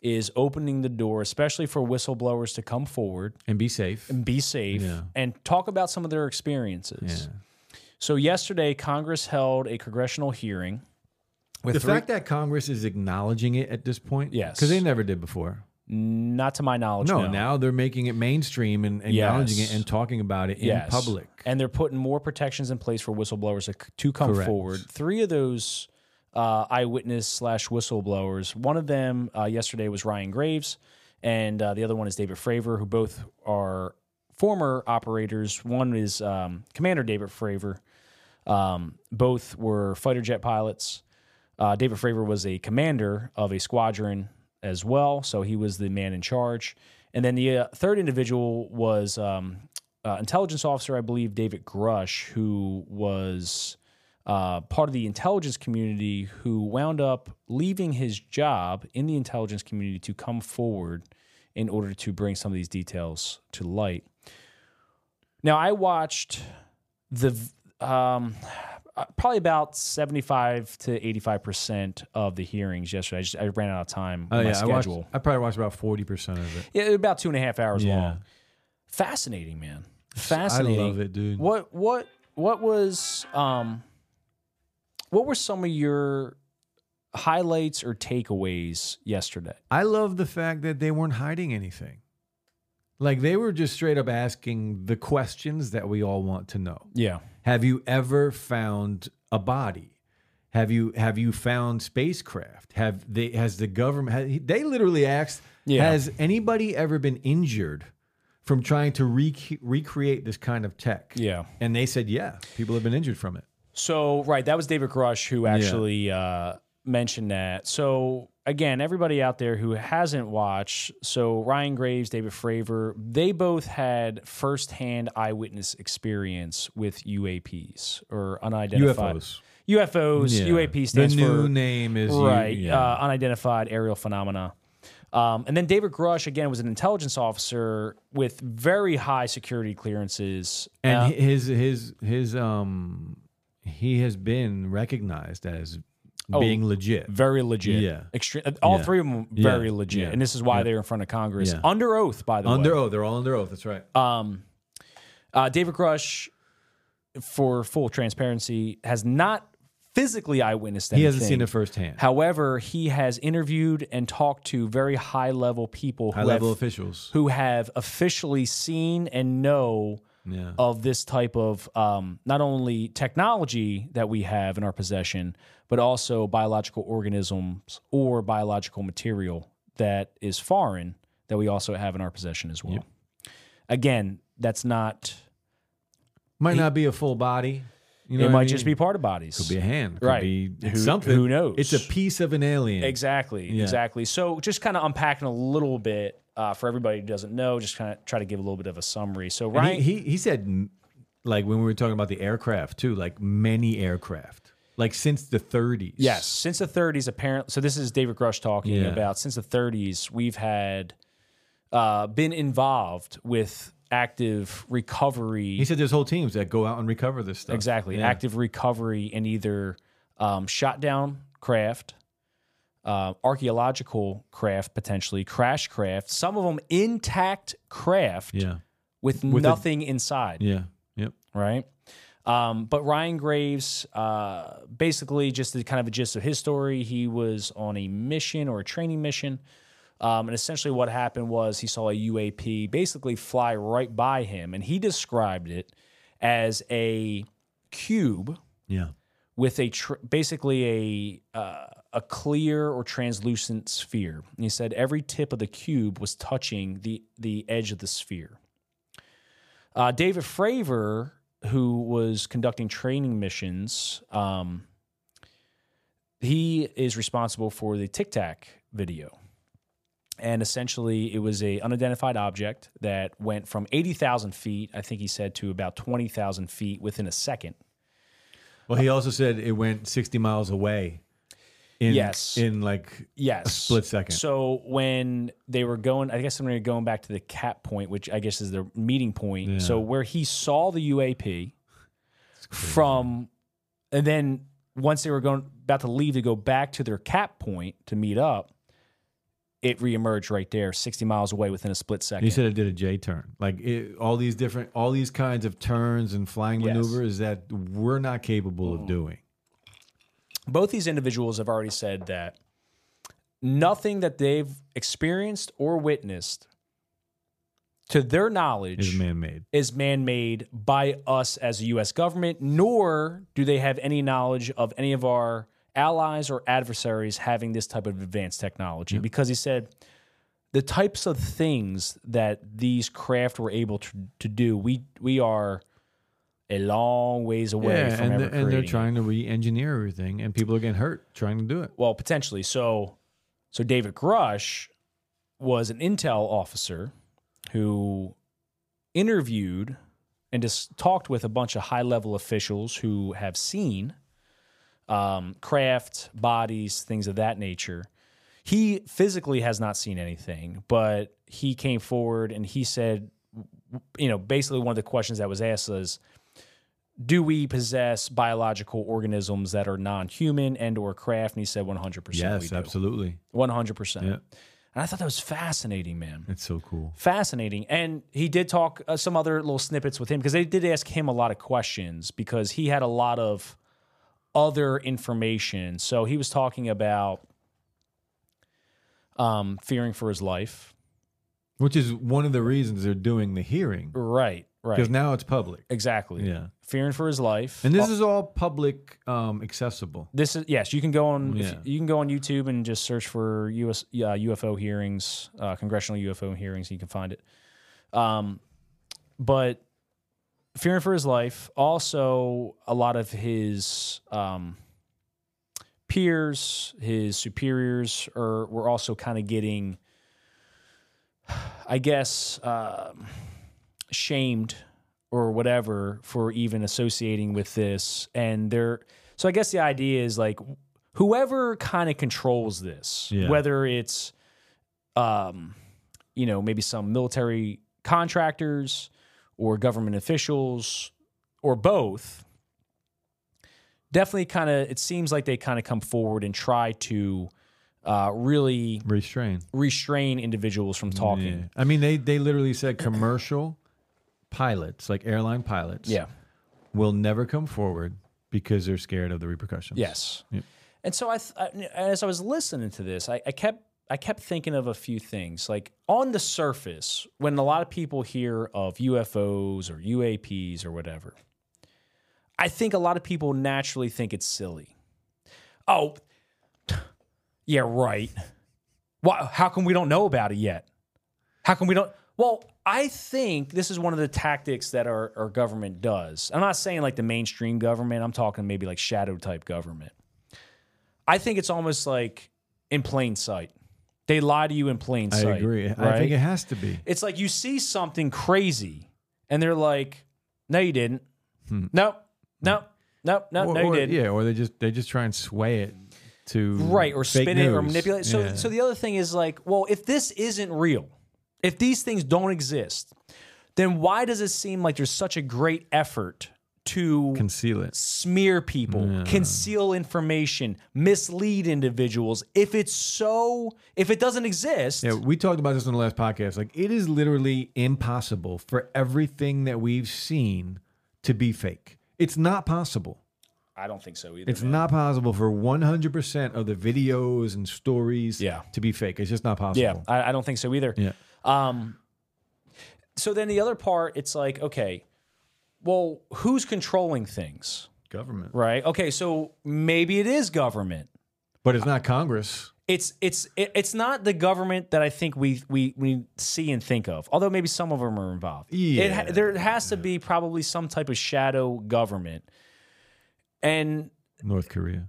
Speaker 1: is opening the door, especially for whistleblowers to come forward
Speaker 2: And be safe.
Speaker 1: and be safe
Speaker 2: Yeah.
Speaker 1: and talk about some of their experiences.
Speaker 2: Yeah.
Speaker 1: So yesterday, Congress held a congressional hearing With
Speaker 2: the
Speaker 1: three-
Speaker 2: fact that Congress is acknowledging it at this point,
Speaker 1: Yes.
Speaker 2: because they never did before.
Speaker 1: not to my knowledge,
Speaker 2: No,
Speaker 1: no.
Speaker 2: now they're making it mainstream and acknowledging
Speaker 1: Yes.
Speaker 2: it and talking about it in
Speaker 1: Yes.
Speaker 2: public.
Speaker 1: And they're putting more protections in place for whistleblowers to- to come
Speaker 2: Correct.
Speaker 1: forward. Three of those uh, eyewitness slash whistleblowers. One of them uh, yesterday was Ryan Graves, and uh, the other one is David Fravor, who both are former operators. One is um, Commander David Fravor. Um, both were fighter jet pilots. Uh, David Fravor was a commander of a squadron as well, so he was the man in charge. And then the uh, third individual was um, uh, intelligence officer, I believe, David Grush, who was uh, part of the intelligence community, who wound up leaving his job in the intelligence community to come forward in order to bring some of these details to light. Now, I watched the v- um, uh, probably about 75 to 85% of the hearings yesterday. I just I ran out of time
Speaker 2: Oh
Speaker 1: on my
Speaker 2: yeah, I watched.
Speaker 1: schedule.
Speaker 2: I probably watched about forty percent of it.
Speaker 1: Yeah, it was about two and a half hours
Speaker 2: Yeah.
Speaker 1: long. Fascinating, man. Fascinating.
Speaker 2: I love it, dude.
Speaker 1: What what what was um what were some of your highlights or takeaways yesterday?
Speaker 2: I love the fact that they weren't hiding anything. Like they were just straight up asking the questions that we all want to know.
Speaker 1: Yeah.
Speaker 2: Have you ever found a body? Have you have you found spacecraft? Have they has the government ha- they literally asked
Speaker 1: Yeah.
Speaker 2: has anybody ever been injured from trying to re- recreate this kind of tech?
Speaker 1: Yeah.
Speaker 2: And they said, yeah, people have been injured from it.
Speaker 1: So right, that was David Grush who actually uh, mentioned that. So again, everybody out there who hasn't watched, so Ryan Graves, David Fravor, they both had firsthand eyewitness experience with UAPs or unidentified
Speaker 2: UFOs.
Speaker 1: UFOs. UAP stands
Speaker 2: the new
Speaker 1: for
Speaker 2: name is U-
Speaker 1: right
Speaker 2: yeah.
Speaker 1: uh, unidentified aerial phenomena. Um, and then David Grush again was an intelligence officer with very high security clearances
Speaker 2: and hi- his his his um he has been recognized as
Speaker 1: Oh,
Speaker 2: being legit.
Speaker 1: very legit.
Speaker 2: Yeah.
Speaker 1: Extre- uh, all
Speaker 2: Yeah.
Speaker 1: three of them very
Speaker 2: Yeah.
Speaker 1: legit,
Speaker 2: Yeah.
Speaker 1: and this is why they're in front of Congress
Speaker 2: Yeah.
Speaker 1: under oath. By the
Speaker 2: Under
Speaker 1: way,
Speaker 2: oath, they're all under oath. That's right.
Speaker 1: um, uh, David Grush, for full transparency, has not physically eyewitnessed anything.
Speaker 2: he hasn't seen it firsthand.
Speaker 1: However, he has interviewed and talked to very high level people who
Speaker 2: High level
Speaker 1: have,
Speaker 2: officials.
Speaker 1: who have officially seen and know
Speaker 2: Yeah.
Speaker 1: of this type of um, not only technology that we have in our possession, but also biological organisms or biological material that is foreign that we also have in our possession as well. Again, that's not,
Speaker 2: Might not be a full body. You know
Speaker 1: it
Speaker 2: what I
Speaker 1: might
Speaker 2: mean?
Speaker 1: just be part of bodies.
Speaker 2: Could be a hand. Could
Speaker 1: Right.
Speaker 2: be
Speaker 1: Who-
Speaker 2: something.
Speaker 1: who knows?
Speaker 2: It's a piece of an alien.
Speaker 1: Exactly. Exactly. So just kind of unpacking a little bit uh, for everybody who doesn't know, just kind of try to give a little bit of a summary. So
Speaker 2: And
Speaker 1: Ryan,
Speaker 2: He, he he said m- like when we were talking about the aircraft too, like many aircraft. Like since the 30s.
Speaker 1: Yes, since the 30s, apparently. So this is David Grush talking
Speaker 2: Yeah.
Speaker 1: about since the 30s, we've had uh, been involved with active
Speaker 2: He
Speaker 1: recovery.
Speaker 2: said there's whole teams that go out and recover this stuff.
Speaker 1: Exactly,
Speaker 2: Yeah.
Speaker 1: active recovery in either um, shot down craft, uh, archaeological craft, potentially crash craft. Some of them intact craft
Speaker 2: Yeah.
Speaker 1: with,
Speaker 2: a-
Speaker 1: nothing inside
Speaker 2: Yeah. Yep.
Speaker 1: right? Um, but Ryan Graves, uh, basically, just the kind of a gist of his story, he was on a mission or a training mission. Um, and essentially, what happened was he saw a UAP basically fly right by him. And he described it as a cube
Speaker 2: Yeah.
Speaker 1: with a tr- basically a uh, a clear or translucent sphere. And he said every tip of the cube was touching the the edge of the sphere. Uh, David Fravor, who was conducting training missions, um, he is responsible for the Tic Tac video. And essentially, it was a unidentified object that went from eighty thousand feet, I think he said, to about twenty thousand feet within a second.
Speaker 2: Well, he also said it went 60 miles away. In,
Speaker 1: Yes.
Speaker 2: In like
Speaker 1: Yes.
Speaker 2: split second.
Speaker 1: So when they were going, I guess they were going back to the cap point, which I guess is their meeting point. So where he saw the UAP from, and then once they were going about to leave to go back to their cap point to meet up, it reemerged right there, sixty miles away within a split second.
Speaker 2: He said it did a J turn. Like it, all these different, all these kinds of turns and flying
Speaker 1: Yes. Mm.
Speaker 2: maneuvers that we're not capable of doing.
Speaker 1: both these individuals have already said that nothing that they've experienced or witnessed to their knowledge
Speaker 2: Is man made.
Speaker 1: is man made by us as a U.S. government, nor do they have any knowledge of any of our allies or adversaries having this type of advanced technology. Because he said the types of things that these craft were able to, to do, we, we are a long ways away
Speaker 2: Yeah,
Speaker 1: from
Speaker 2: and,
Speaker 1: ever
Speaker 2: the- and they're
Speaker 1: creating it.
Speaker 2: trying to re-engineer everything, and people are getting hurt trying to do it.
Speaker 1: Well, potentially. So, so David Grush was an intel officer who interviewed and just talked with a bunch of high level officials who have seen um, craft bodies, things of that nature. He physically has not seen anything, but he came forward and he said, you know, basically one of the questions that was asked was, do we possess biological organisms that are non-human and or craft? And he said 100% we
Speaker 2: Yes,
Speaker 1: do.
Speaker 2: absolutely.
Speaker 1: 100%.
Speaker 2: Yeah.
Speaker 1: And I thought that was fascinating, man
Speaker 2: It's so cool.
Speaker 1: fascinating. And he did talk uh, some other little snippets with him because they did ask him a lot of questions because he had a lot of other information. So he was talking about um, fearing for his life.
Speaker 2: Which is one of the reasons they're doing the hearing
Speaker 1: Right, right.
Speaker 2: because now it's public.
Speaker 1: exactly.
Speaker 2: Yeah,
Speaker 1: Fearing for his life.
Speaker 2: and this is all public, um, accessible.
Speaker 1: This is yes. You can go on. if
Speaker 2: Yeah.
Speaker 1: you you can go on YouTube and just search for US uh, UFO hearings, uh, congressional UFO hearings. And you can find it. Um, but fearing for his life, also a lot of his um, peers, his superiors, are were also kind of getting, I guess, um shamed or whatever for even associating with this. And they're so I guess the idea is like whoever kind of controls this,
Speaker 2: Yeah.
Speaker 1: whether it's um, you know, maybe some military contractors or government officials or both, definitely kind of it seems like they kind of come forward and try to uh, really
Speaker 2: Restrain.
Speaker 1: restrain individuals from
Speaker 2: Yeah.
Speaker 1: talking.
Speaker 2: I mean, they they literally said commercial pilots, like airline pilots,
Speaker 1: Yeah.
Speaker 2: will never come forward because they're scared of the repercussions.
Speaker 1: Yes.
Speaker 2: Yep.
Speaker 1: And so I, th- I, as I was listening to this, I, I kept I kept thinking of a few things. Like on the surface, when a lot of people hear of UFOs or UAPs or whatever, I think a lot of people naturally think it's silly. Oh, yeah, right. Why, how come we don't know about it yet? How come we don't? Well, I think this is one of the tactics that our, our government does. I'm not saying like the mainstream government, I'm talking maybe like shadow type government. I think it's almost like in plain sight. They lie to you in plain
Speaker 2: I
Speaker 1: sight.
Speaker 2: agree. I
Speaker 1: right?
Speaker 2: think it has to be.
Speaker 1: It's like you see something crazy and they're like, no, you didn't. No, no, no, no,
Speaker 2: Hmm. or,
Speaker 1: no, you
Speaker 2: or-
Speaker 1: didn't.
Speaker 2: Yeah, or they just they just try and sway it to
Speaker 1: Right. Or
Speaker 2: fake
Speaker 1: spin it or
Speaker 2: news.
Speaker 1: manipulate. So,
Speaker 2: Yeah.
Speaker 1: so the other thing is like, well, if this isn't real, if these things don't exist, then why does it seem like there's such a great effort to
Speaker 2: conceal it.
Speaker 1: smear people, conceal information, mislead individuals if it's so, if it doesn't exist?
Speaker 2: Yeah, we talked about this on the last podcast. Like, it is literally impossible for everything that we've seen to be fake. It's not possible.
Speaker 1: I don't think so either.
Speaker 2: It's
Speaker 1: man.
Speaker 2: not possible for 100% of the videos and stories
Speaker 1: Yeah.
Speaker 2: to be fake. It's just not
Speaker 1: Yeah,
Speaker 2: possible.
Speaker 1: I, I don't think so either.
Speaker 2: Yeah.
Speaker 1: Um, so then the other part, it's like, okay, well, who's controlling things,
Speaker 2: Government.
Speaker 1: right? Okay, so maybe it is government.
Speaker 2: But it's not Congress.
Speaker 1: It's it's it- it's not the government that I think we we we see and think of. Although maybe some of them are involved. It ha-
Speaker 2: Yeah.
Speaker 1: there has to be probably some type of shadow government, and
Speaker 2: North Korea.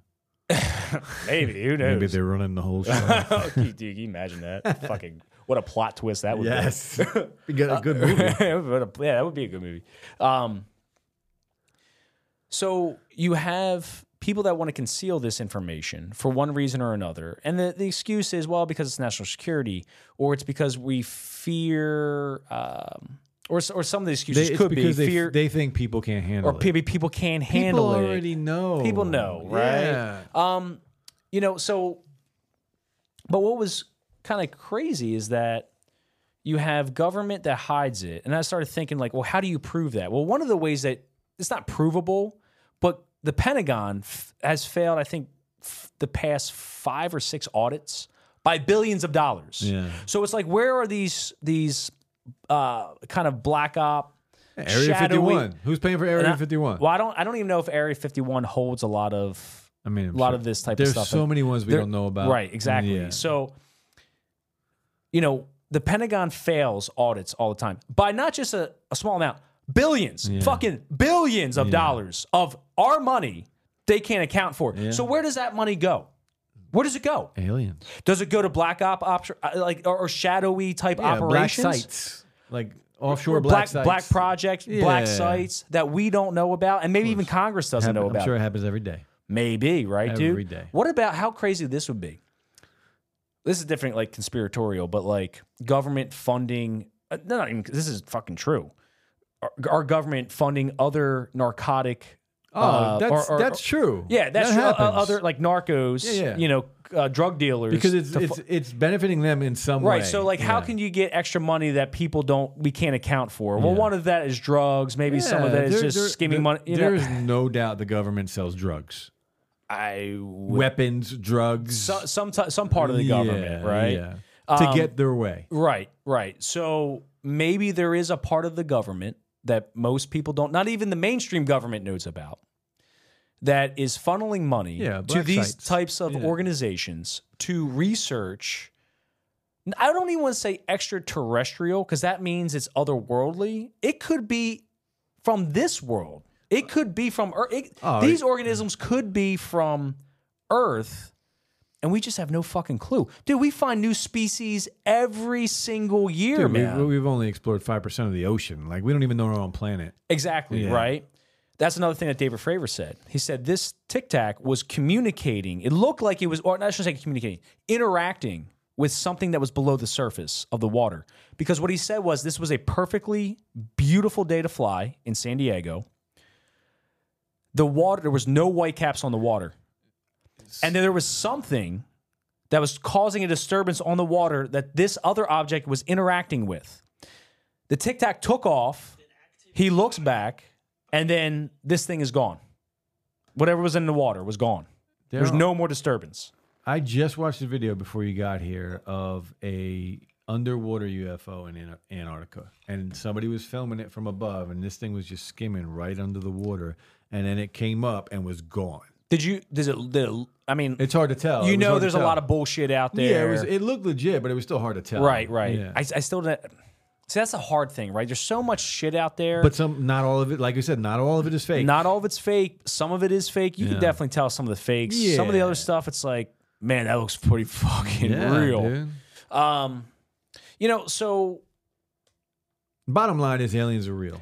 Speaker 1: maybe who knows?
Speaker 2: Maybe they're running the whole show.
Speaker 1: Dude, can you imagine that? Fucking what a plot twist that would be. Uh,
Speaker 2: we got a good movie.
Speaker 1: But, yeah, that would be a good movie. Um, so you have people that want to conceal this information for one reason or another, and the, the excuse is well because it's national security, or it's because we fear, um, or s- or some of the
Speaker 2: They,
Speaker 1: excuses
Speaker 2: it's
Speaker 1: could be
Speaker 2: because they,
Speaker 1: fear,
Speaker 2: they think people can't handle
Speaker 1: or
Speaker 2: it.
Speaker 1: maybe people can't
Speaker 2: People
Speaker 1: handle it.
Speaker 2: already know.
Speaker 1: People know, right?
Speaker 2: Yeah.
Speaker 1: Um, you know, so, but what was kind of crazy is that you have government that hides it, and I started thinking like, well, how do you prove that? Well, one of the ways that it's not provable, but the Pentagon f- has failed, I think, f- the past five or six audits by billions of dollars.
Speaker 2: Yeah.
Speaker 1: So it's like, where are these these uh, kind of black op
Speaker 2: Area
Speaker 1: shadowy-
Speaker 2: 51. Who's paying for Area 51?
Speaker 1: Well, Uh, I don't I don't even know if Area 51 holds a lot of
Speaker 2: I mean, I'm
Speaker 1: a lot
Speaker 2: sure-
Speaker 1: of this type
Speaker 2: There's
Speaker 1: of stuff.
Speaker 2: so many ones we
Speaker 1: There-
Speaker 2: don't know about.
Speaker 1: Right, exactly.
Speaker 2: Yeah.
Speaker 1: So, you know, the Pentagon fails audits all the time by not just a, a small amount, billions, fucking billions of dollars of our money they can't account for. So, where does that money go? Where does it go?
Speaker 2: Aliens.
Speaker 1: Does it go to black op, op uh, like or, or shadowy type
Speaker 2: Yeah, black
Speaker 1: operations?
Speaker 2: sites. Like offshore black,
Speaker 1: Black
Speaker 2: sites.
Speaker 1: black projects, black
Speaker 2: Yeah.
Speaker 1: sites that we don't know about, and maybe even Congress doesn't know
Speaker 2: I'm
Speaker 1: about.
Speaker 2: sure it happens every day.
Speaker 1: Maybe, right,
Speaker 2: Every
Speaker 1: dude?
Speaker 2: day.
Speaker 1: What about how crazy this would be? This is different, like conspiratorial, but like government funding. uh, No, not even. This is fucking true. Our, our government funding other narcotic.
Speaker 2: Oh,
Speaker 1: uh,
Speaker 2: that's
Speaker 1: or- or-
Speaker 2: that's
Speaker 1: or-
Speaker 2: true.
Speaker 1: Yeah, that's
Speaker 2: That
Speaker 1: true. O-
Speaker 2: happens.
Speaker 1: Other like narcos,
Speaker 2: Yeah, yeah.
Speaker 1: you know, uh, drug dealers.
Speaker 2: because it's
Speaker 1: to fu-
Speaker 2: it's it's benefiting them in some way.
Speaker 1: right. So like, how
Speaker 2: Yeah.
Speaker 1: can you get extra money that people don't we can't account for? Well, one of that is drugs. Maybe some of
Speaker 2: Yeah,
Speaker 1: that is
Speaker 2: there-
Speaker 1: just
Speaker 2: there-
Speaker 1: skimming
Speaker 2: there-
Speaker 1: money. You
Speaker 2: there
Speaker 1: know?
Speaker 2: is no doubt the government sells drugs,
Speaker 1: I would,
Speaker 2: weapons, drugs.
Speaker 1: so, some t- some part of the government,
Speaker 2: Yeah,
Speaker 1: right? Um,
Speaker 2: yeah. to get their way.
Speaker 1: Right, right. So maybe there is a part of the government that most people don't, not even the mainstream government knows about, that is funneling money
Speaker 2: Yeah,
Speaker 1: to
Speaker 2: black
Speaker 1: these
Speaker 2: sites.
Speaker 1: types of organizations to research. I don't even want to say extraterrestrial because that means it's otherworldly. It could be from this world. It could be from Earth. It-
Speaker 2: Oh,
Speaker 1: these organisms could be from Earth, and we just have no fucking clue. Dude, we find new species every single year,
Speaker 2: Dude, we,
Speaker 1: man.
Speaker 2: we've only explored five percent of the ocean. Like we don't even know our own planet.
Speaker 1: Exactly,
Speaker 2: Yeah.
Speaker 1: right? That's another thing that David Fravor said. He said this tic tac was communicating. It looked like it was, or not I shouldn't say communicating, interacting with something that was below the surface of the water. Because what he said was this was a perfectly beautiful day to fly in San Diego. The water, there was no white caps on the water. And then there was something that was causing a disturbance on the water that this other object was interacting with. The tic tac took off. He looks back, and then this thing is gone. Whatever was in the water was gone. There's
Speaker 2: There-
Speaker 1: no more disturbance.
Speaker 2: I just watched a video before you got here of a underwater UFO in Ana- Antarctica, and somebody was filming it from above, and this thing was just skimming right under the water, and then it came up and was gone.
Speaker 1: Did you? Does it? Did it I mean,
Speaker 2: It's hard to tell. It
Speaker 1: you
Speaker 2: was
Speaker 1: know,
Speaker 2: hard to
Speaker 1: there's a
Speaker 2: tell.
Speaker 1: lot of bullshit out there.
Speaker 2: Yeah, it, was, it looked legit, but it was still hard to tell.
Speaker 1: right, right.
Speaker 2: Yeah.
Speaker 1: I, I still don't. See, that's a hard thing, right? There's so much shit out there.
Speaker 2: but some, not all of it. Like you said, not all of it is fake.
Speaker 1: not all of it's fake. Some of it is fake. You can definitely tell some of the fakes. Some of the
Speaker 2: Yeah.
Speaker 1: other stuff, it's like, man, that looks pretty fucking
Speaker 2: Yeah,
Speaker 1: real.
Speaker 2: dude.
Speaker 1: Um, you know, so
Speaker 2: Bottom line is aliens are real.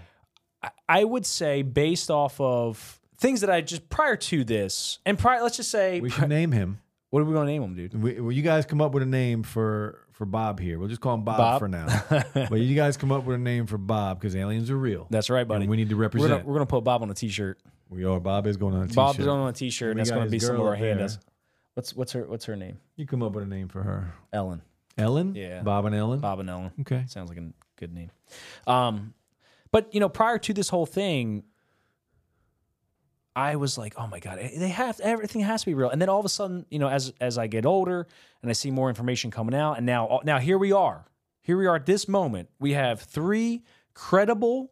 Speaker 1: I would say based off of things that I just prior to this, and prior, let's just say,
Speaker 2: We should name him.
Speaker 1: what are we gonna name him, dude?
Speaker 2: We, well, you guys come up with a name for for Bob here. We'll just call him Bob,
Speaker 1: Bob?
Speaker 2: for now. but you guys come up with a name for Bob because aliens are real.
Speaker 1: That's right, buddy.
Speaker 2: And we need to
Speaker 1: We're gonna,
Speaker 2: represent.
Speaker 1: we're gonna put Bob on a t-shirt.
Speaker 2: We are. Bob is going on a t-shirt.
Speaker 1: Bob's on a t-shirt, and
Speaker 2: We
Speaker 1: that's
Speaker 2: got
Speaker 1: gonna
Speaker 2: his
Speaker 1: be some of
Speaker 2: girl
Speaker 1: our
Speaker 2: up there.
Speaker 1: handouts. What's what's her what's her name?
Speaker 2: You come up with a name for her.
Speaker 1: Ellen.
Speaker 2: Ellen.
Speaker 1: Yeah.
Speaker 2: Bob and Ellen.
Speaker 1: Bob and Ellen.
Speaker 2: Okay.
Speaker 1: Sounds like a good name. Um, but you know, prior to this whole thing, I was like, "Oh my god, they have everything has to be real." And then all of a sudden, you know, as as I get older and I see more information coming out, and now now here we are, here we are at this moment. We have three credible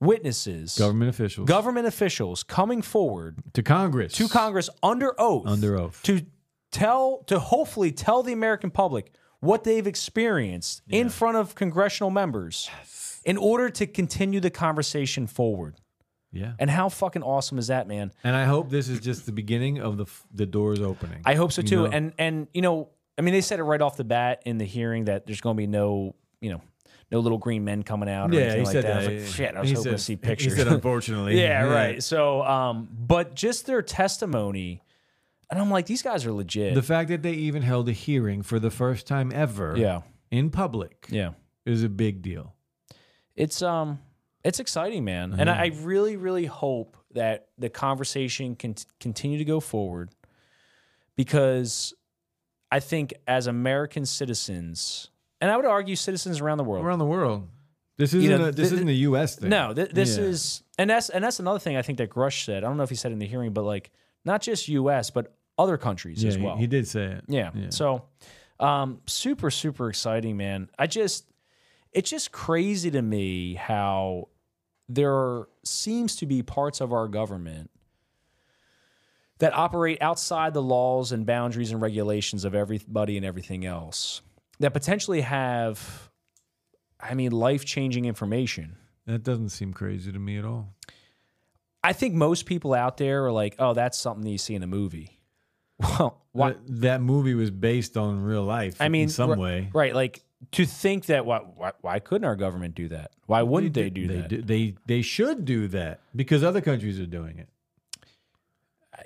Speaker 1: witnesses,
Speaker 2: Government officials
Speaker 1: government officials coming forward
Speaker 2: to Congress.
Speaker 1: to Congress under oath,
Speaker 2: Under oath.
Speaker 1: to tell to hopefully tell the American public what they've experienced in front of congressional members in order to continue the conversation forward.
Speaker 2: yeah.
Speaker 1: And how fucking awesome is that, man?
Speaker 2: And I hope this is just the beginning of the f- the doors opening.
Speaker 1: I hope so
Speaker 2: You
Speaker 1: too.
Speaker 2: know?
Speaker 1: And and you know, I mean, they said it right off the bat in the hearing that there's going to be no, you know, no little green men coming out or
Speaker 2: yeah,
Speaker 1: anything
Speaker 2: he
Speaker 1: like
Speaker 2: said
Speaker 1: that.
Speaker 2: that.
Speaker 1: I was
Speaker 2: yeah.
Speaker 1: like, shit, I was
Speaker 2: He
Speaker 1: hoping
Speaker 2: said-
Speaker 1: to see pictures.
Speaker 2: He said, unfortunately.
Speaker 1: yeah, right. So, um, but just their testimony, and I'm like, these guys are legit.
Speaker 2: The fact that they even held a hearing for the first time ever
Speaker 1: yeah,
Speaker 2: in public
Speaker 1: yeah.
Speaker 2: is a big deal.
Speaker 1: it's um it's exciting man
Speaker 2: Mm-hmm.
Speaker 1: and I, I really really hope that the conversation can t- continue to go forward because i think as american citizens and i would argue citizens around the world
Speaker 2: Around the world. This isn't,
Speaker 1: know,
Speaker 2: a, this
Speaker 1: th-
Speaker 2: isn't a U.S. thing.
Speaker 1: no th- this
Speaker 2: Yeah.
Speaker 1: is and that's and that's another thing i think that grush said i don't know if he said it in the hearing but like not just us but other countries
Speaker 2: Yeah,
Speaker 1: as
Speaker 2: he-
Speaker 1: well.
Speaker 2: he, did say it.
Speaker 1: Yeah. So, um, super, super exciting, man. I just, it's just crazy to me how there seems to be parts of our government that operate outside the laws and boundaries and regulations of everybody and everything else that potentially have, I mean, life changing information.
Speaker 2: That doesn't seem crazy to me at all.
Speaker 1: I think most people out there are like, oh, that's something that you see in a movie. Well, why,
Speaker 2: That, that movie was based on real life.
Speaker 1: I mean,
Speaker 2: in some
Speaker 1: ri-
Speaker 2: way.
Speaker 1: right? Like to think that why why, why couldn't our government do that? Why wouldn't they, do
Speaker 2: they
Speaker 1: that?
Speaker 2: they they should do that because other countries are doing it.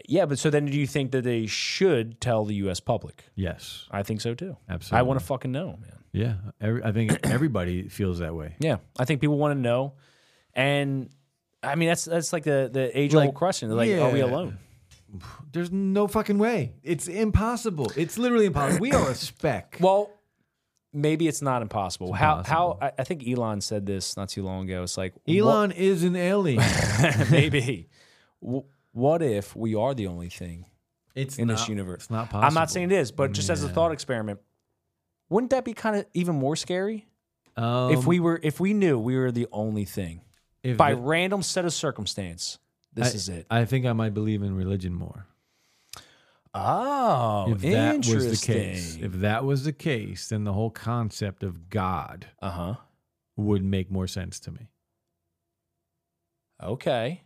Speaker 1: Yeah, but so then do you think that they should tell the U.S. public?
Speaker 2: Yes,
Speaker 1: I think so too.
Speaker 2: absolutely.
Speaker 1: I want to fucking know, man.
Speaker 2: Yeah, every, I think everybody feels that way.
Speaker 1: Yeah, I think people want to know, and I mean that's that's like the the age
Speaker 2: Like,
Speaker 1: old question. Like, are we
Speaker 2: yeah.
Speaker 1: alone?
Speaker 2: There's no fucking way. It's impossible. It's literally impossible. We are a speck.
Speaker 1: Well, maybe it's not impossible. how how I, I think Elon said this not too long ago. It's like
Speaker 2: Elon is an alien.
Speaker 1: what- maybe. W- What if we are the only thing
Speaker 2: It's
Speaker 1: in
Speaker 2: not,
Speaker 1: this universe?
Speaker 2: It's not possible.
Speaker 1: I'm not saying it is, but just as a thought experiment, wouldn't that be kind of even more scary
Speaker 2: Um,
Speaker 1: if we were if we knew we were the only thing
Speaker 2: if
Speaker 1: by
Speaker 2: the-
Speaker 1: random set of circumstance? This
Speaker 2: I-
Speaker 1: is it.
Speaker 2: I think I might believe in religion more.
Speaker 1: Oh,
Speaker 2: If that
Speaker 1: interesting.
Speaker 2: was the case, if that was the case, then the whole concept of God
Speaker 1: uh huh.
Speaker 2: would make more sense to me.
Speaker 1: Okay.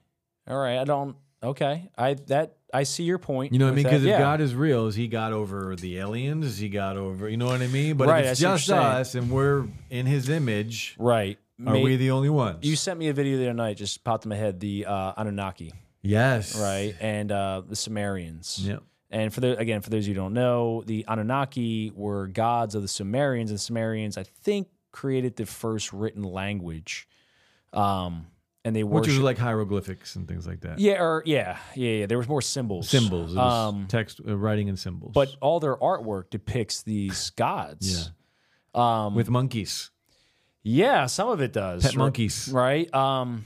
Speaker 1: All right. I don't. Okay. I that I see your point.
Speaker 2: You know what I
Speaker 1: with
Speaker 2: mean?
Speaker 1: that.
Speaker 2: Because if
Speaker 1: Yeah.
Speaker 2: God is real, is he got over the aliens? Is he got over, you know what I mean? But
Speaker 1: Right,
Speaker 2: if
Speaker 1: I
Speaker 2: it's
Speaker 1: see what
Speaker 2: just
Speaker 1: you're saying.
Speaker 2: us and we're in his image,
Speaker 1: right,
Speaker 2: are
Speaker 1: May-
Speaker 2: we the only ones?
Speaker 1: you sent me a video the other night. Just popped in my head. The uh, Anunnaki,
Speaker 2: yes.
Speaker 1: right, and uh, the Sumerians.
Speaker 2: Yep.
Speaker 1: And for the again, for those who don't know, the Anunnaki were gods of the Sumerians, and Sumerians, I think, created the first written language. Um, and they
Speaker 2: Which
Speaker 1: worshipped.
Speaker 2: is like hieroglyphics and things like that.
Speaker 1: yeah, or yeah, yeah, yeah. There was more symbols.
Speaker 2: Symbols. It was
Speaker 1: Um,
Speaker 2: text, uh, writing and symbols.
Speaker 1: but all their artwork depicts these gods. Yeah. Um,
Speaker 2: with monkeys,
Speaker 1: yeah, some of it does.
Speaker 2: pet
Speaker 1: r-
Speaker 2: monkeys.
Speaker 1: right? Um,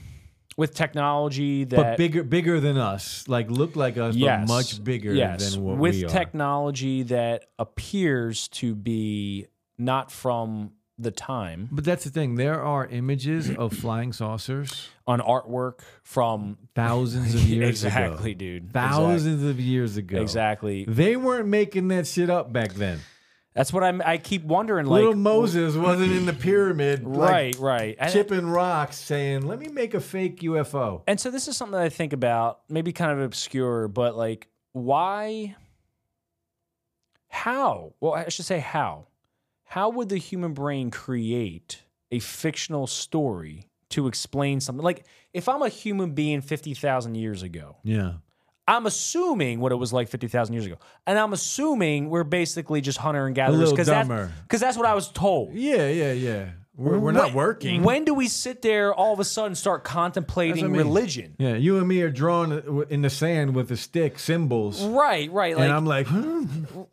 Speaker 1: with technology that
Speaker 2: But bigger, bigger than us. Like look like us,
Speaker 1: yes,
Speaker 2: but much bigger
Speaker 1: yes,
Speaker 2: than what
Speaker 1: with
Speaker 2: we are.
Speaker 1: technology that appears to be not from the time
Speaker 2: but that's the thing. There are images of flying saucers
Speaker 1: on artwork from
Speaker 2: thousands of years ago.
Speaker 1: exactly, dude.
Speaker 2: Thousands of years ago.
Speaker 1: Exactly. Exactly.
Speaker 2: They weren't making that shit up back then.
Speaker 1: That's what I'm. I keep wondering, like,
Speaker 2: Little Moses wasn't in the pyramid, like,
Speaker 1: right, right. And-
Speaker 2: chipping rocks, saying, "Let me make a fake UFO."
Speaker 1: And so this is something that I think about, maybe kind of obscure, but like why how? Well, I should say how. How would the human brain create a fictional story to explain something? Like if I'm a human being 50,000 years ago,
Speaker 2: Yeah,
Speaker 1: I'm assuming what it was like 50,000 years ago. And I'm assuming we're basically just hunter and
Speaker 2: a
Speaker 1: gatherers
Speaker 2: little
Speaker 1: cuz
Speaker 2: dumber.
Speaker 1: cuz that's what I was told.
Speaker 2: yeah, yeah, yeah. We're, we're not
Speaker 1: When-
Speaker 2: working.
Speaker 1: When do we sit there all of a sudden start contemplating
Speaker 2: mean.
Speaker 1: religion?
Speaker 2: yeah, you and me are drawn in the sand with a stick symbols,
Speaker 1: Right, right. Like
Speaker 2: and I'm like, hmm.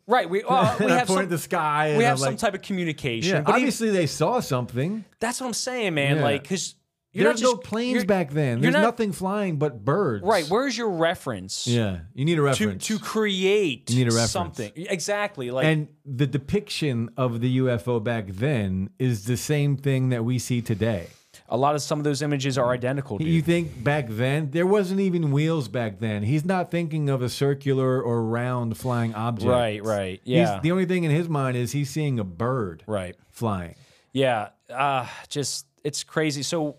Speaker 1: Right. We, uh, we
Speaker 2: And I
Speaker 1: have
Speaker 2: point
Speaker 1: some,
Speaker 2: at the sky. And
Speaker 1: we
Speaker 2: I'm
Speaker 1: have some
Speaker 2: like,
Speaker 1: type of communication.
Speaker 2: Yeah,
Speaker 1: but even-
Speaker 2: obviously they saw something.
Speaker 1: that's what I'm saying, man.
Speaker 2: Yeah.
Speaker 1: Like, because you're
Speaker 2: There's
Speaker 1: not just
Speaker 2: no planes
Speaker 1: you're-
Speaker 2: back then.
Speaker 1: you're
Speaker 2: There's
Speaker 1: not-
Speaker 2: nothing flying but birds.
Speaker 1: Right. Where's your reference?
Speaker 2: Yeah, you need a
Speaker 1: To,
Speaker 2: reference
Speaker 1: to create
Speaker 2: need a reference.
Speaker 1: something exactly like
Speaker 2: And the depiction of the UFO back then is the same thing that we see today.
Speaker 1: a lot of some of those images are identical. Dude.
Speaker 2: You think back then there wasn't even wheels back then. He's not thinking of a circular or round flying object.
Speaker 1: right. Right.
Speaker 2: He's-
Speaker 1: Yeah.
Speaker 2: the only thing in his mind is he's seeing a bird
Speaker 1: right.
Speaker 2: flying.
Speaker 1: Yeah. Uh, just it's crazy. So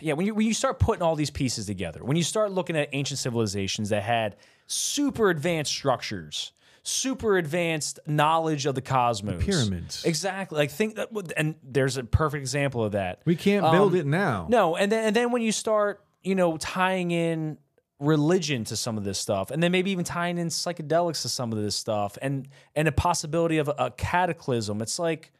Speaker 1: yeah, when you when you start putting all these pieces together, when you start looking at ancient civilizations that had super advanced structures, super advanced knowledge of the cosmos,
Speaker 2: Pyramids.
Speaker 1: exactly. Like think, that- and there's a perfect example of that.
Speaker 2: We can't build it now.
Speaker 1: Um, No, and then and then when you start, you know, tying in religion to some of this stuff, and then maybe even tying in psychedelics to some of this stuff, and and a possibility of a, a cataclysm, it's like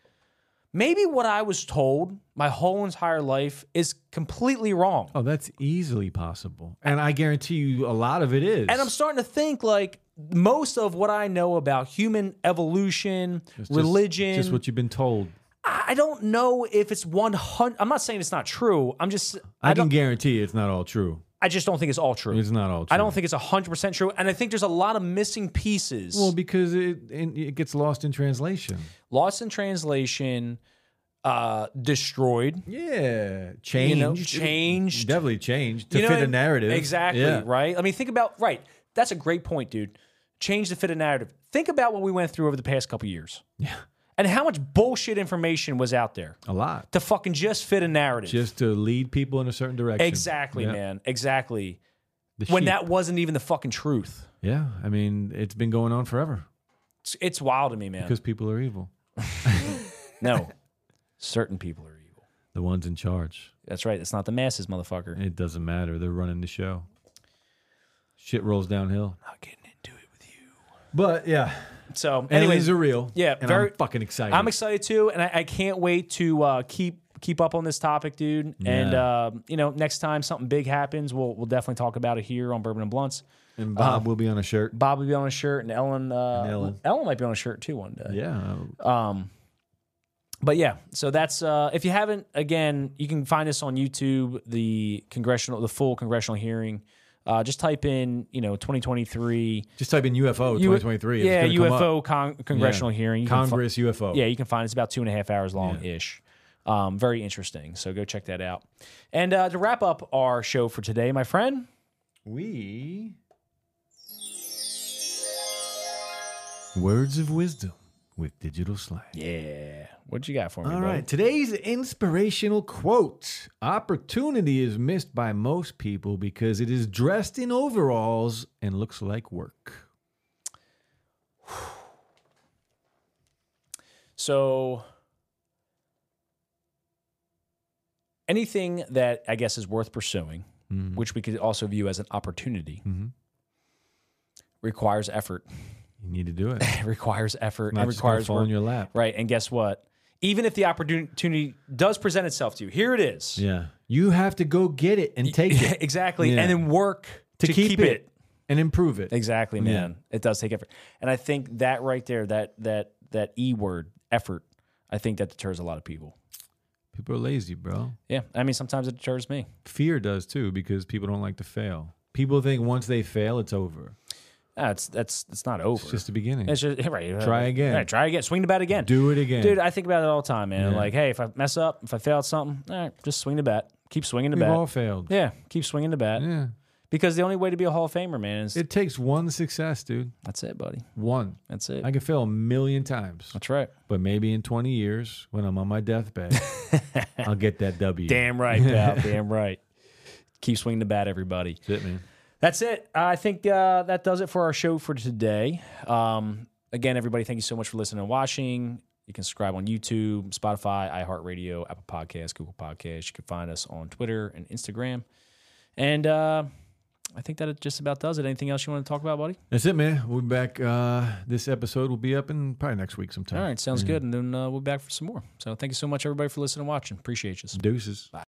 Speaker 1: maybe what I was told my whole entire life is completely wrong,
Speaker 2: Oh, that's easily possible. And I guarantee you a lot of it is.
Speaker 1: and I'm starting to think like most of what I know about human evolution, religion,
Speaker 2: Just what you've been told.
Speaker 1: I I don't know if it's 100. I'm not saying it's not true. I'm just I,
Speaker 2: I
Speaker 1: don't.
Speaker 2: can guarantee it's not all true.
Speaker 1: I just don't think it's all true.
Speaker 2: It's not all
Speaker 1: I
Speaker 2: true.
Speaker 1: don't think it's 100% true. And I think there's a lot of missing pieces
Speaker 2: Well, because it and it gets lost in translation.
Speaker 1: lost in translation, uh, destroyed,
Speaker 2: Yeah, changed,
Speaker 1: you know, changed.
Speaker 2: definitely changed to
Speaker 1: You know
Speaker 2: fit
Speaker 1: what
Speaker 2: a
Speaker 1: I-
Speaker 2: narrative.
Speaker 1: Exactly,
Speaker 2: Yeah.
Speaker 1: right? I mean, think about, right. That's a great point, dude. Change to fit a narrative. Think about what we went through over the past couple years. Yeah. And how much bullshit information was out there
Speaker 2: a lot.
Speaker 1: to fucking just fit a narrative.
Speaker 2: Just to lead people in a certain direction.
Speaker 1: exactly,
Speaker 2: Yeah.
Speaker 1: man. Exactly.
Speaker 2: The
Speaker 1: When
Speaker 2: sheep.
Speaker 1: that wasn't even the fucking truth.
Speaker 2: yeah, I mean, it's been going on forever
Speaker 1: It's, it's wild to me, man.
Speaker 2: because people are evil.
Speaker 1: No. Certain people are evil.
Speaker 2: The ones in charge.
Speaker 1: That's right. It's not the masses, motherfucker.
Speaker 2: It doesn't matter. They're running the show. Shit rolls downhill.
Speaker 1: Not getting into it with you.
Speaker 2: But yeah,
Speaker 1: So, anyways,
Speaker 2: aliens are real.
Speaker 1: yeah,
Speaker 2: and
Speaker 1: very-
Speaker 2: I'm fucking excited.
Speaker 1: I'm excited too, and I, I can't wait to uh, keep keep up on this topic, dude. And
Speaker 2: Yeah.
Speaker 1: um, you know, next time something big happens, we'll we'll definitely talk about it here on Bourbon and Blunts.
Speaker 2: and Bob will be on a shirt.
Speaker 1: Bob will be on a shirt, and Ellen uh, Ellen.
Speaker 2: Ellen.
Speaker 1: might be on a shirt too one day.
Speaker 2: Yeah,
Speaker 1: Um, but yeah, so that's uh, if you haven't again, you can find us on YouTube. The congressional, the full congressional hearing. Uh, just type in, you know, 2023
Speaker 2: just type in UFO
Speaker 1: U-
Speaker 2: 2023.
Speaker 1: Yeah,
Speaker 2: it's gonna come up.
Speaker 1: UFO con- congressional hearing. You can fi-
Speaker 2: Congress UFO.
Speaker 1: yeah, you can find it. it's about two and a half hours long ish. Um, very interesting. So go check that out. And uh, to wrap up our show for today, my friend,
Speaker 2: We. Words of wisdom with digital slang.
Speaker 1: yeah, what you got for me?
Speaker 2: All
Speaker 1: bud?
Speaker 2: right, today's inspirational quote Opportunity is missed by most people because it is dressed in overalls and looks like work.
Speaker 1: So anything that I guess is worth pursuing,
Speaker 2: Mm-hmm.
Speaker 1: which we could also view as an opportunity, requires effort.
Speaker 2: You need to do it.
Speaker 1: It requires effort.
Speaker 2: Not
Speaker 1: it
Speaker 2: just gonna
Speaker 1: requires
Speaker 2: fall
Speaker 1: work.
Speaker 2: in your lap.
Speaker 1: Right. And guess what? Even if the opportunity does present itself to you, here it is.
Speaker 2: Yeah. You have to go get it and take
Speaker 1: Yeah,
Speaker 2: it
Speaker 1: exactly.
Speaker 2: Yeah.
Speaker 1: And then work to,
Speaker 2: To
Speaker 1: keep,
Speaker 2: keep
Speaker 1: it.
Speaker 2: it. and improve it.
Speaker 1: Exactly, man. It does take effort. And I think that right there, that that that E word, effort, I think that deters a lot of people.
Speaker 2: People are lazy, bro.
Speaker 1: Yeah. I mean sometimes it deters me.
Speaker 2: Fear does too because people don't like to fail. People think once they fail, it's over.
Speaker 1: That's that's Ah, it's not over.
Speaker 2: It's just the beginning.
Speaker 1: It's just right.
Speaker 2: Try again.
Speaker 1: Right, try again. Swing the bat again.
Speaker 2: do it again.
Speaker 1: Dude, I think about it all the time, man. Like, hey, if I mess up, if I fail at something, all right, just swing the bat. Keep swinging the
Speaker 2: We've
Speaker 1: bat.
Speaker 2: all failed.
Speaker 1: yeah, keep swinging the bat.
Speaker 2: yeah.
Speaker 1: Because the only way to be a Hall of Famer, man, is
Speaker 2: It takes one success, dude.
Speaker 1: that's it, buddy.
Speaker 2: One.
Speaker 1: That's it.
Speaker 2: I can fail a million times,
Speaker 1: that's right.
Speaker 2: but maybe in 20 years, when I'm on my deathbed, I'll get that W.
Speaker 1: Damn right, pal. Damn right. Keep swinging the bat, everybody.
Speaker 2: That's it, man.
Speaker 1: That's it. I think uh, that does it for our show for today. Um, again, everybody, thank you so much for listening and watching. You can subscribe on YouTube, Spotify, iHeartRadio, Apple Podcasts, Google Podcasts. You can find us on Twitter and Instagram. And uh, I think that it just about does it. Anything else you want to talk about, buddy?
Speaker 2: That's it, man. We'll be back. Uh, this episode will be up in probably next week sometime.
Speaker 1: All right, sounds good. And then uh, we'll be back for some more. So thank you so much, everybody, for listening and watching. Appreciate you.
Speaker 2: Deuces.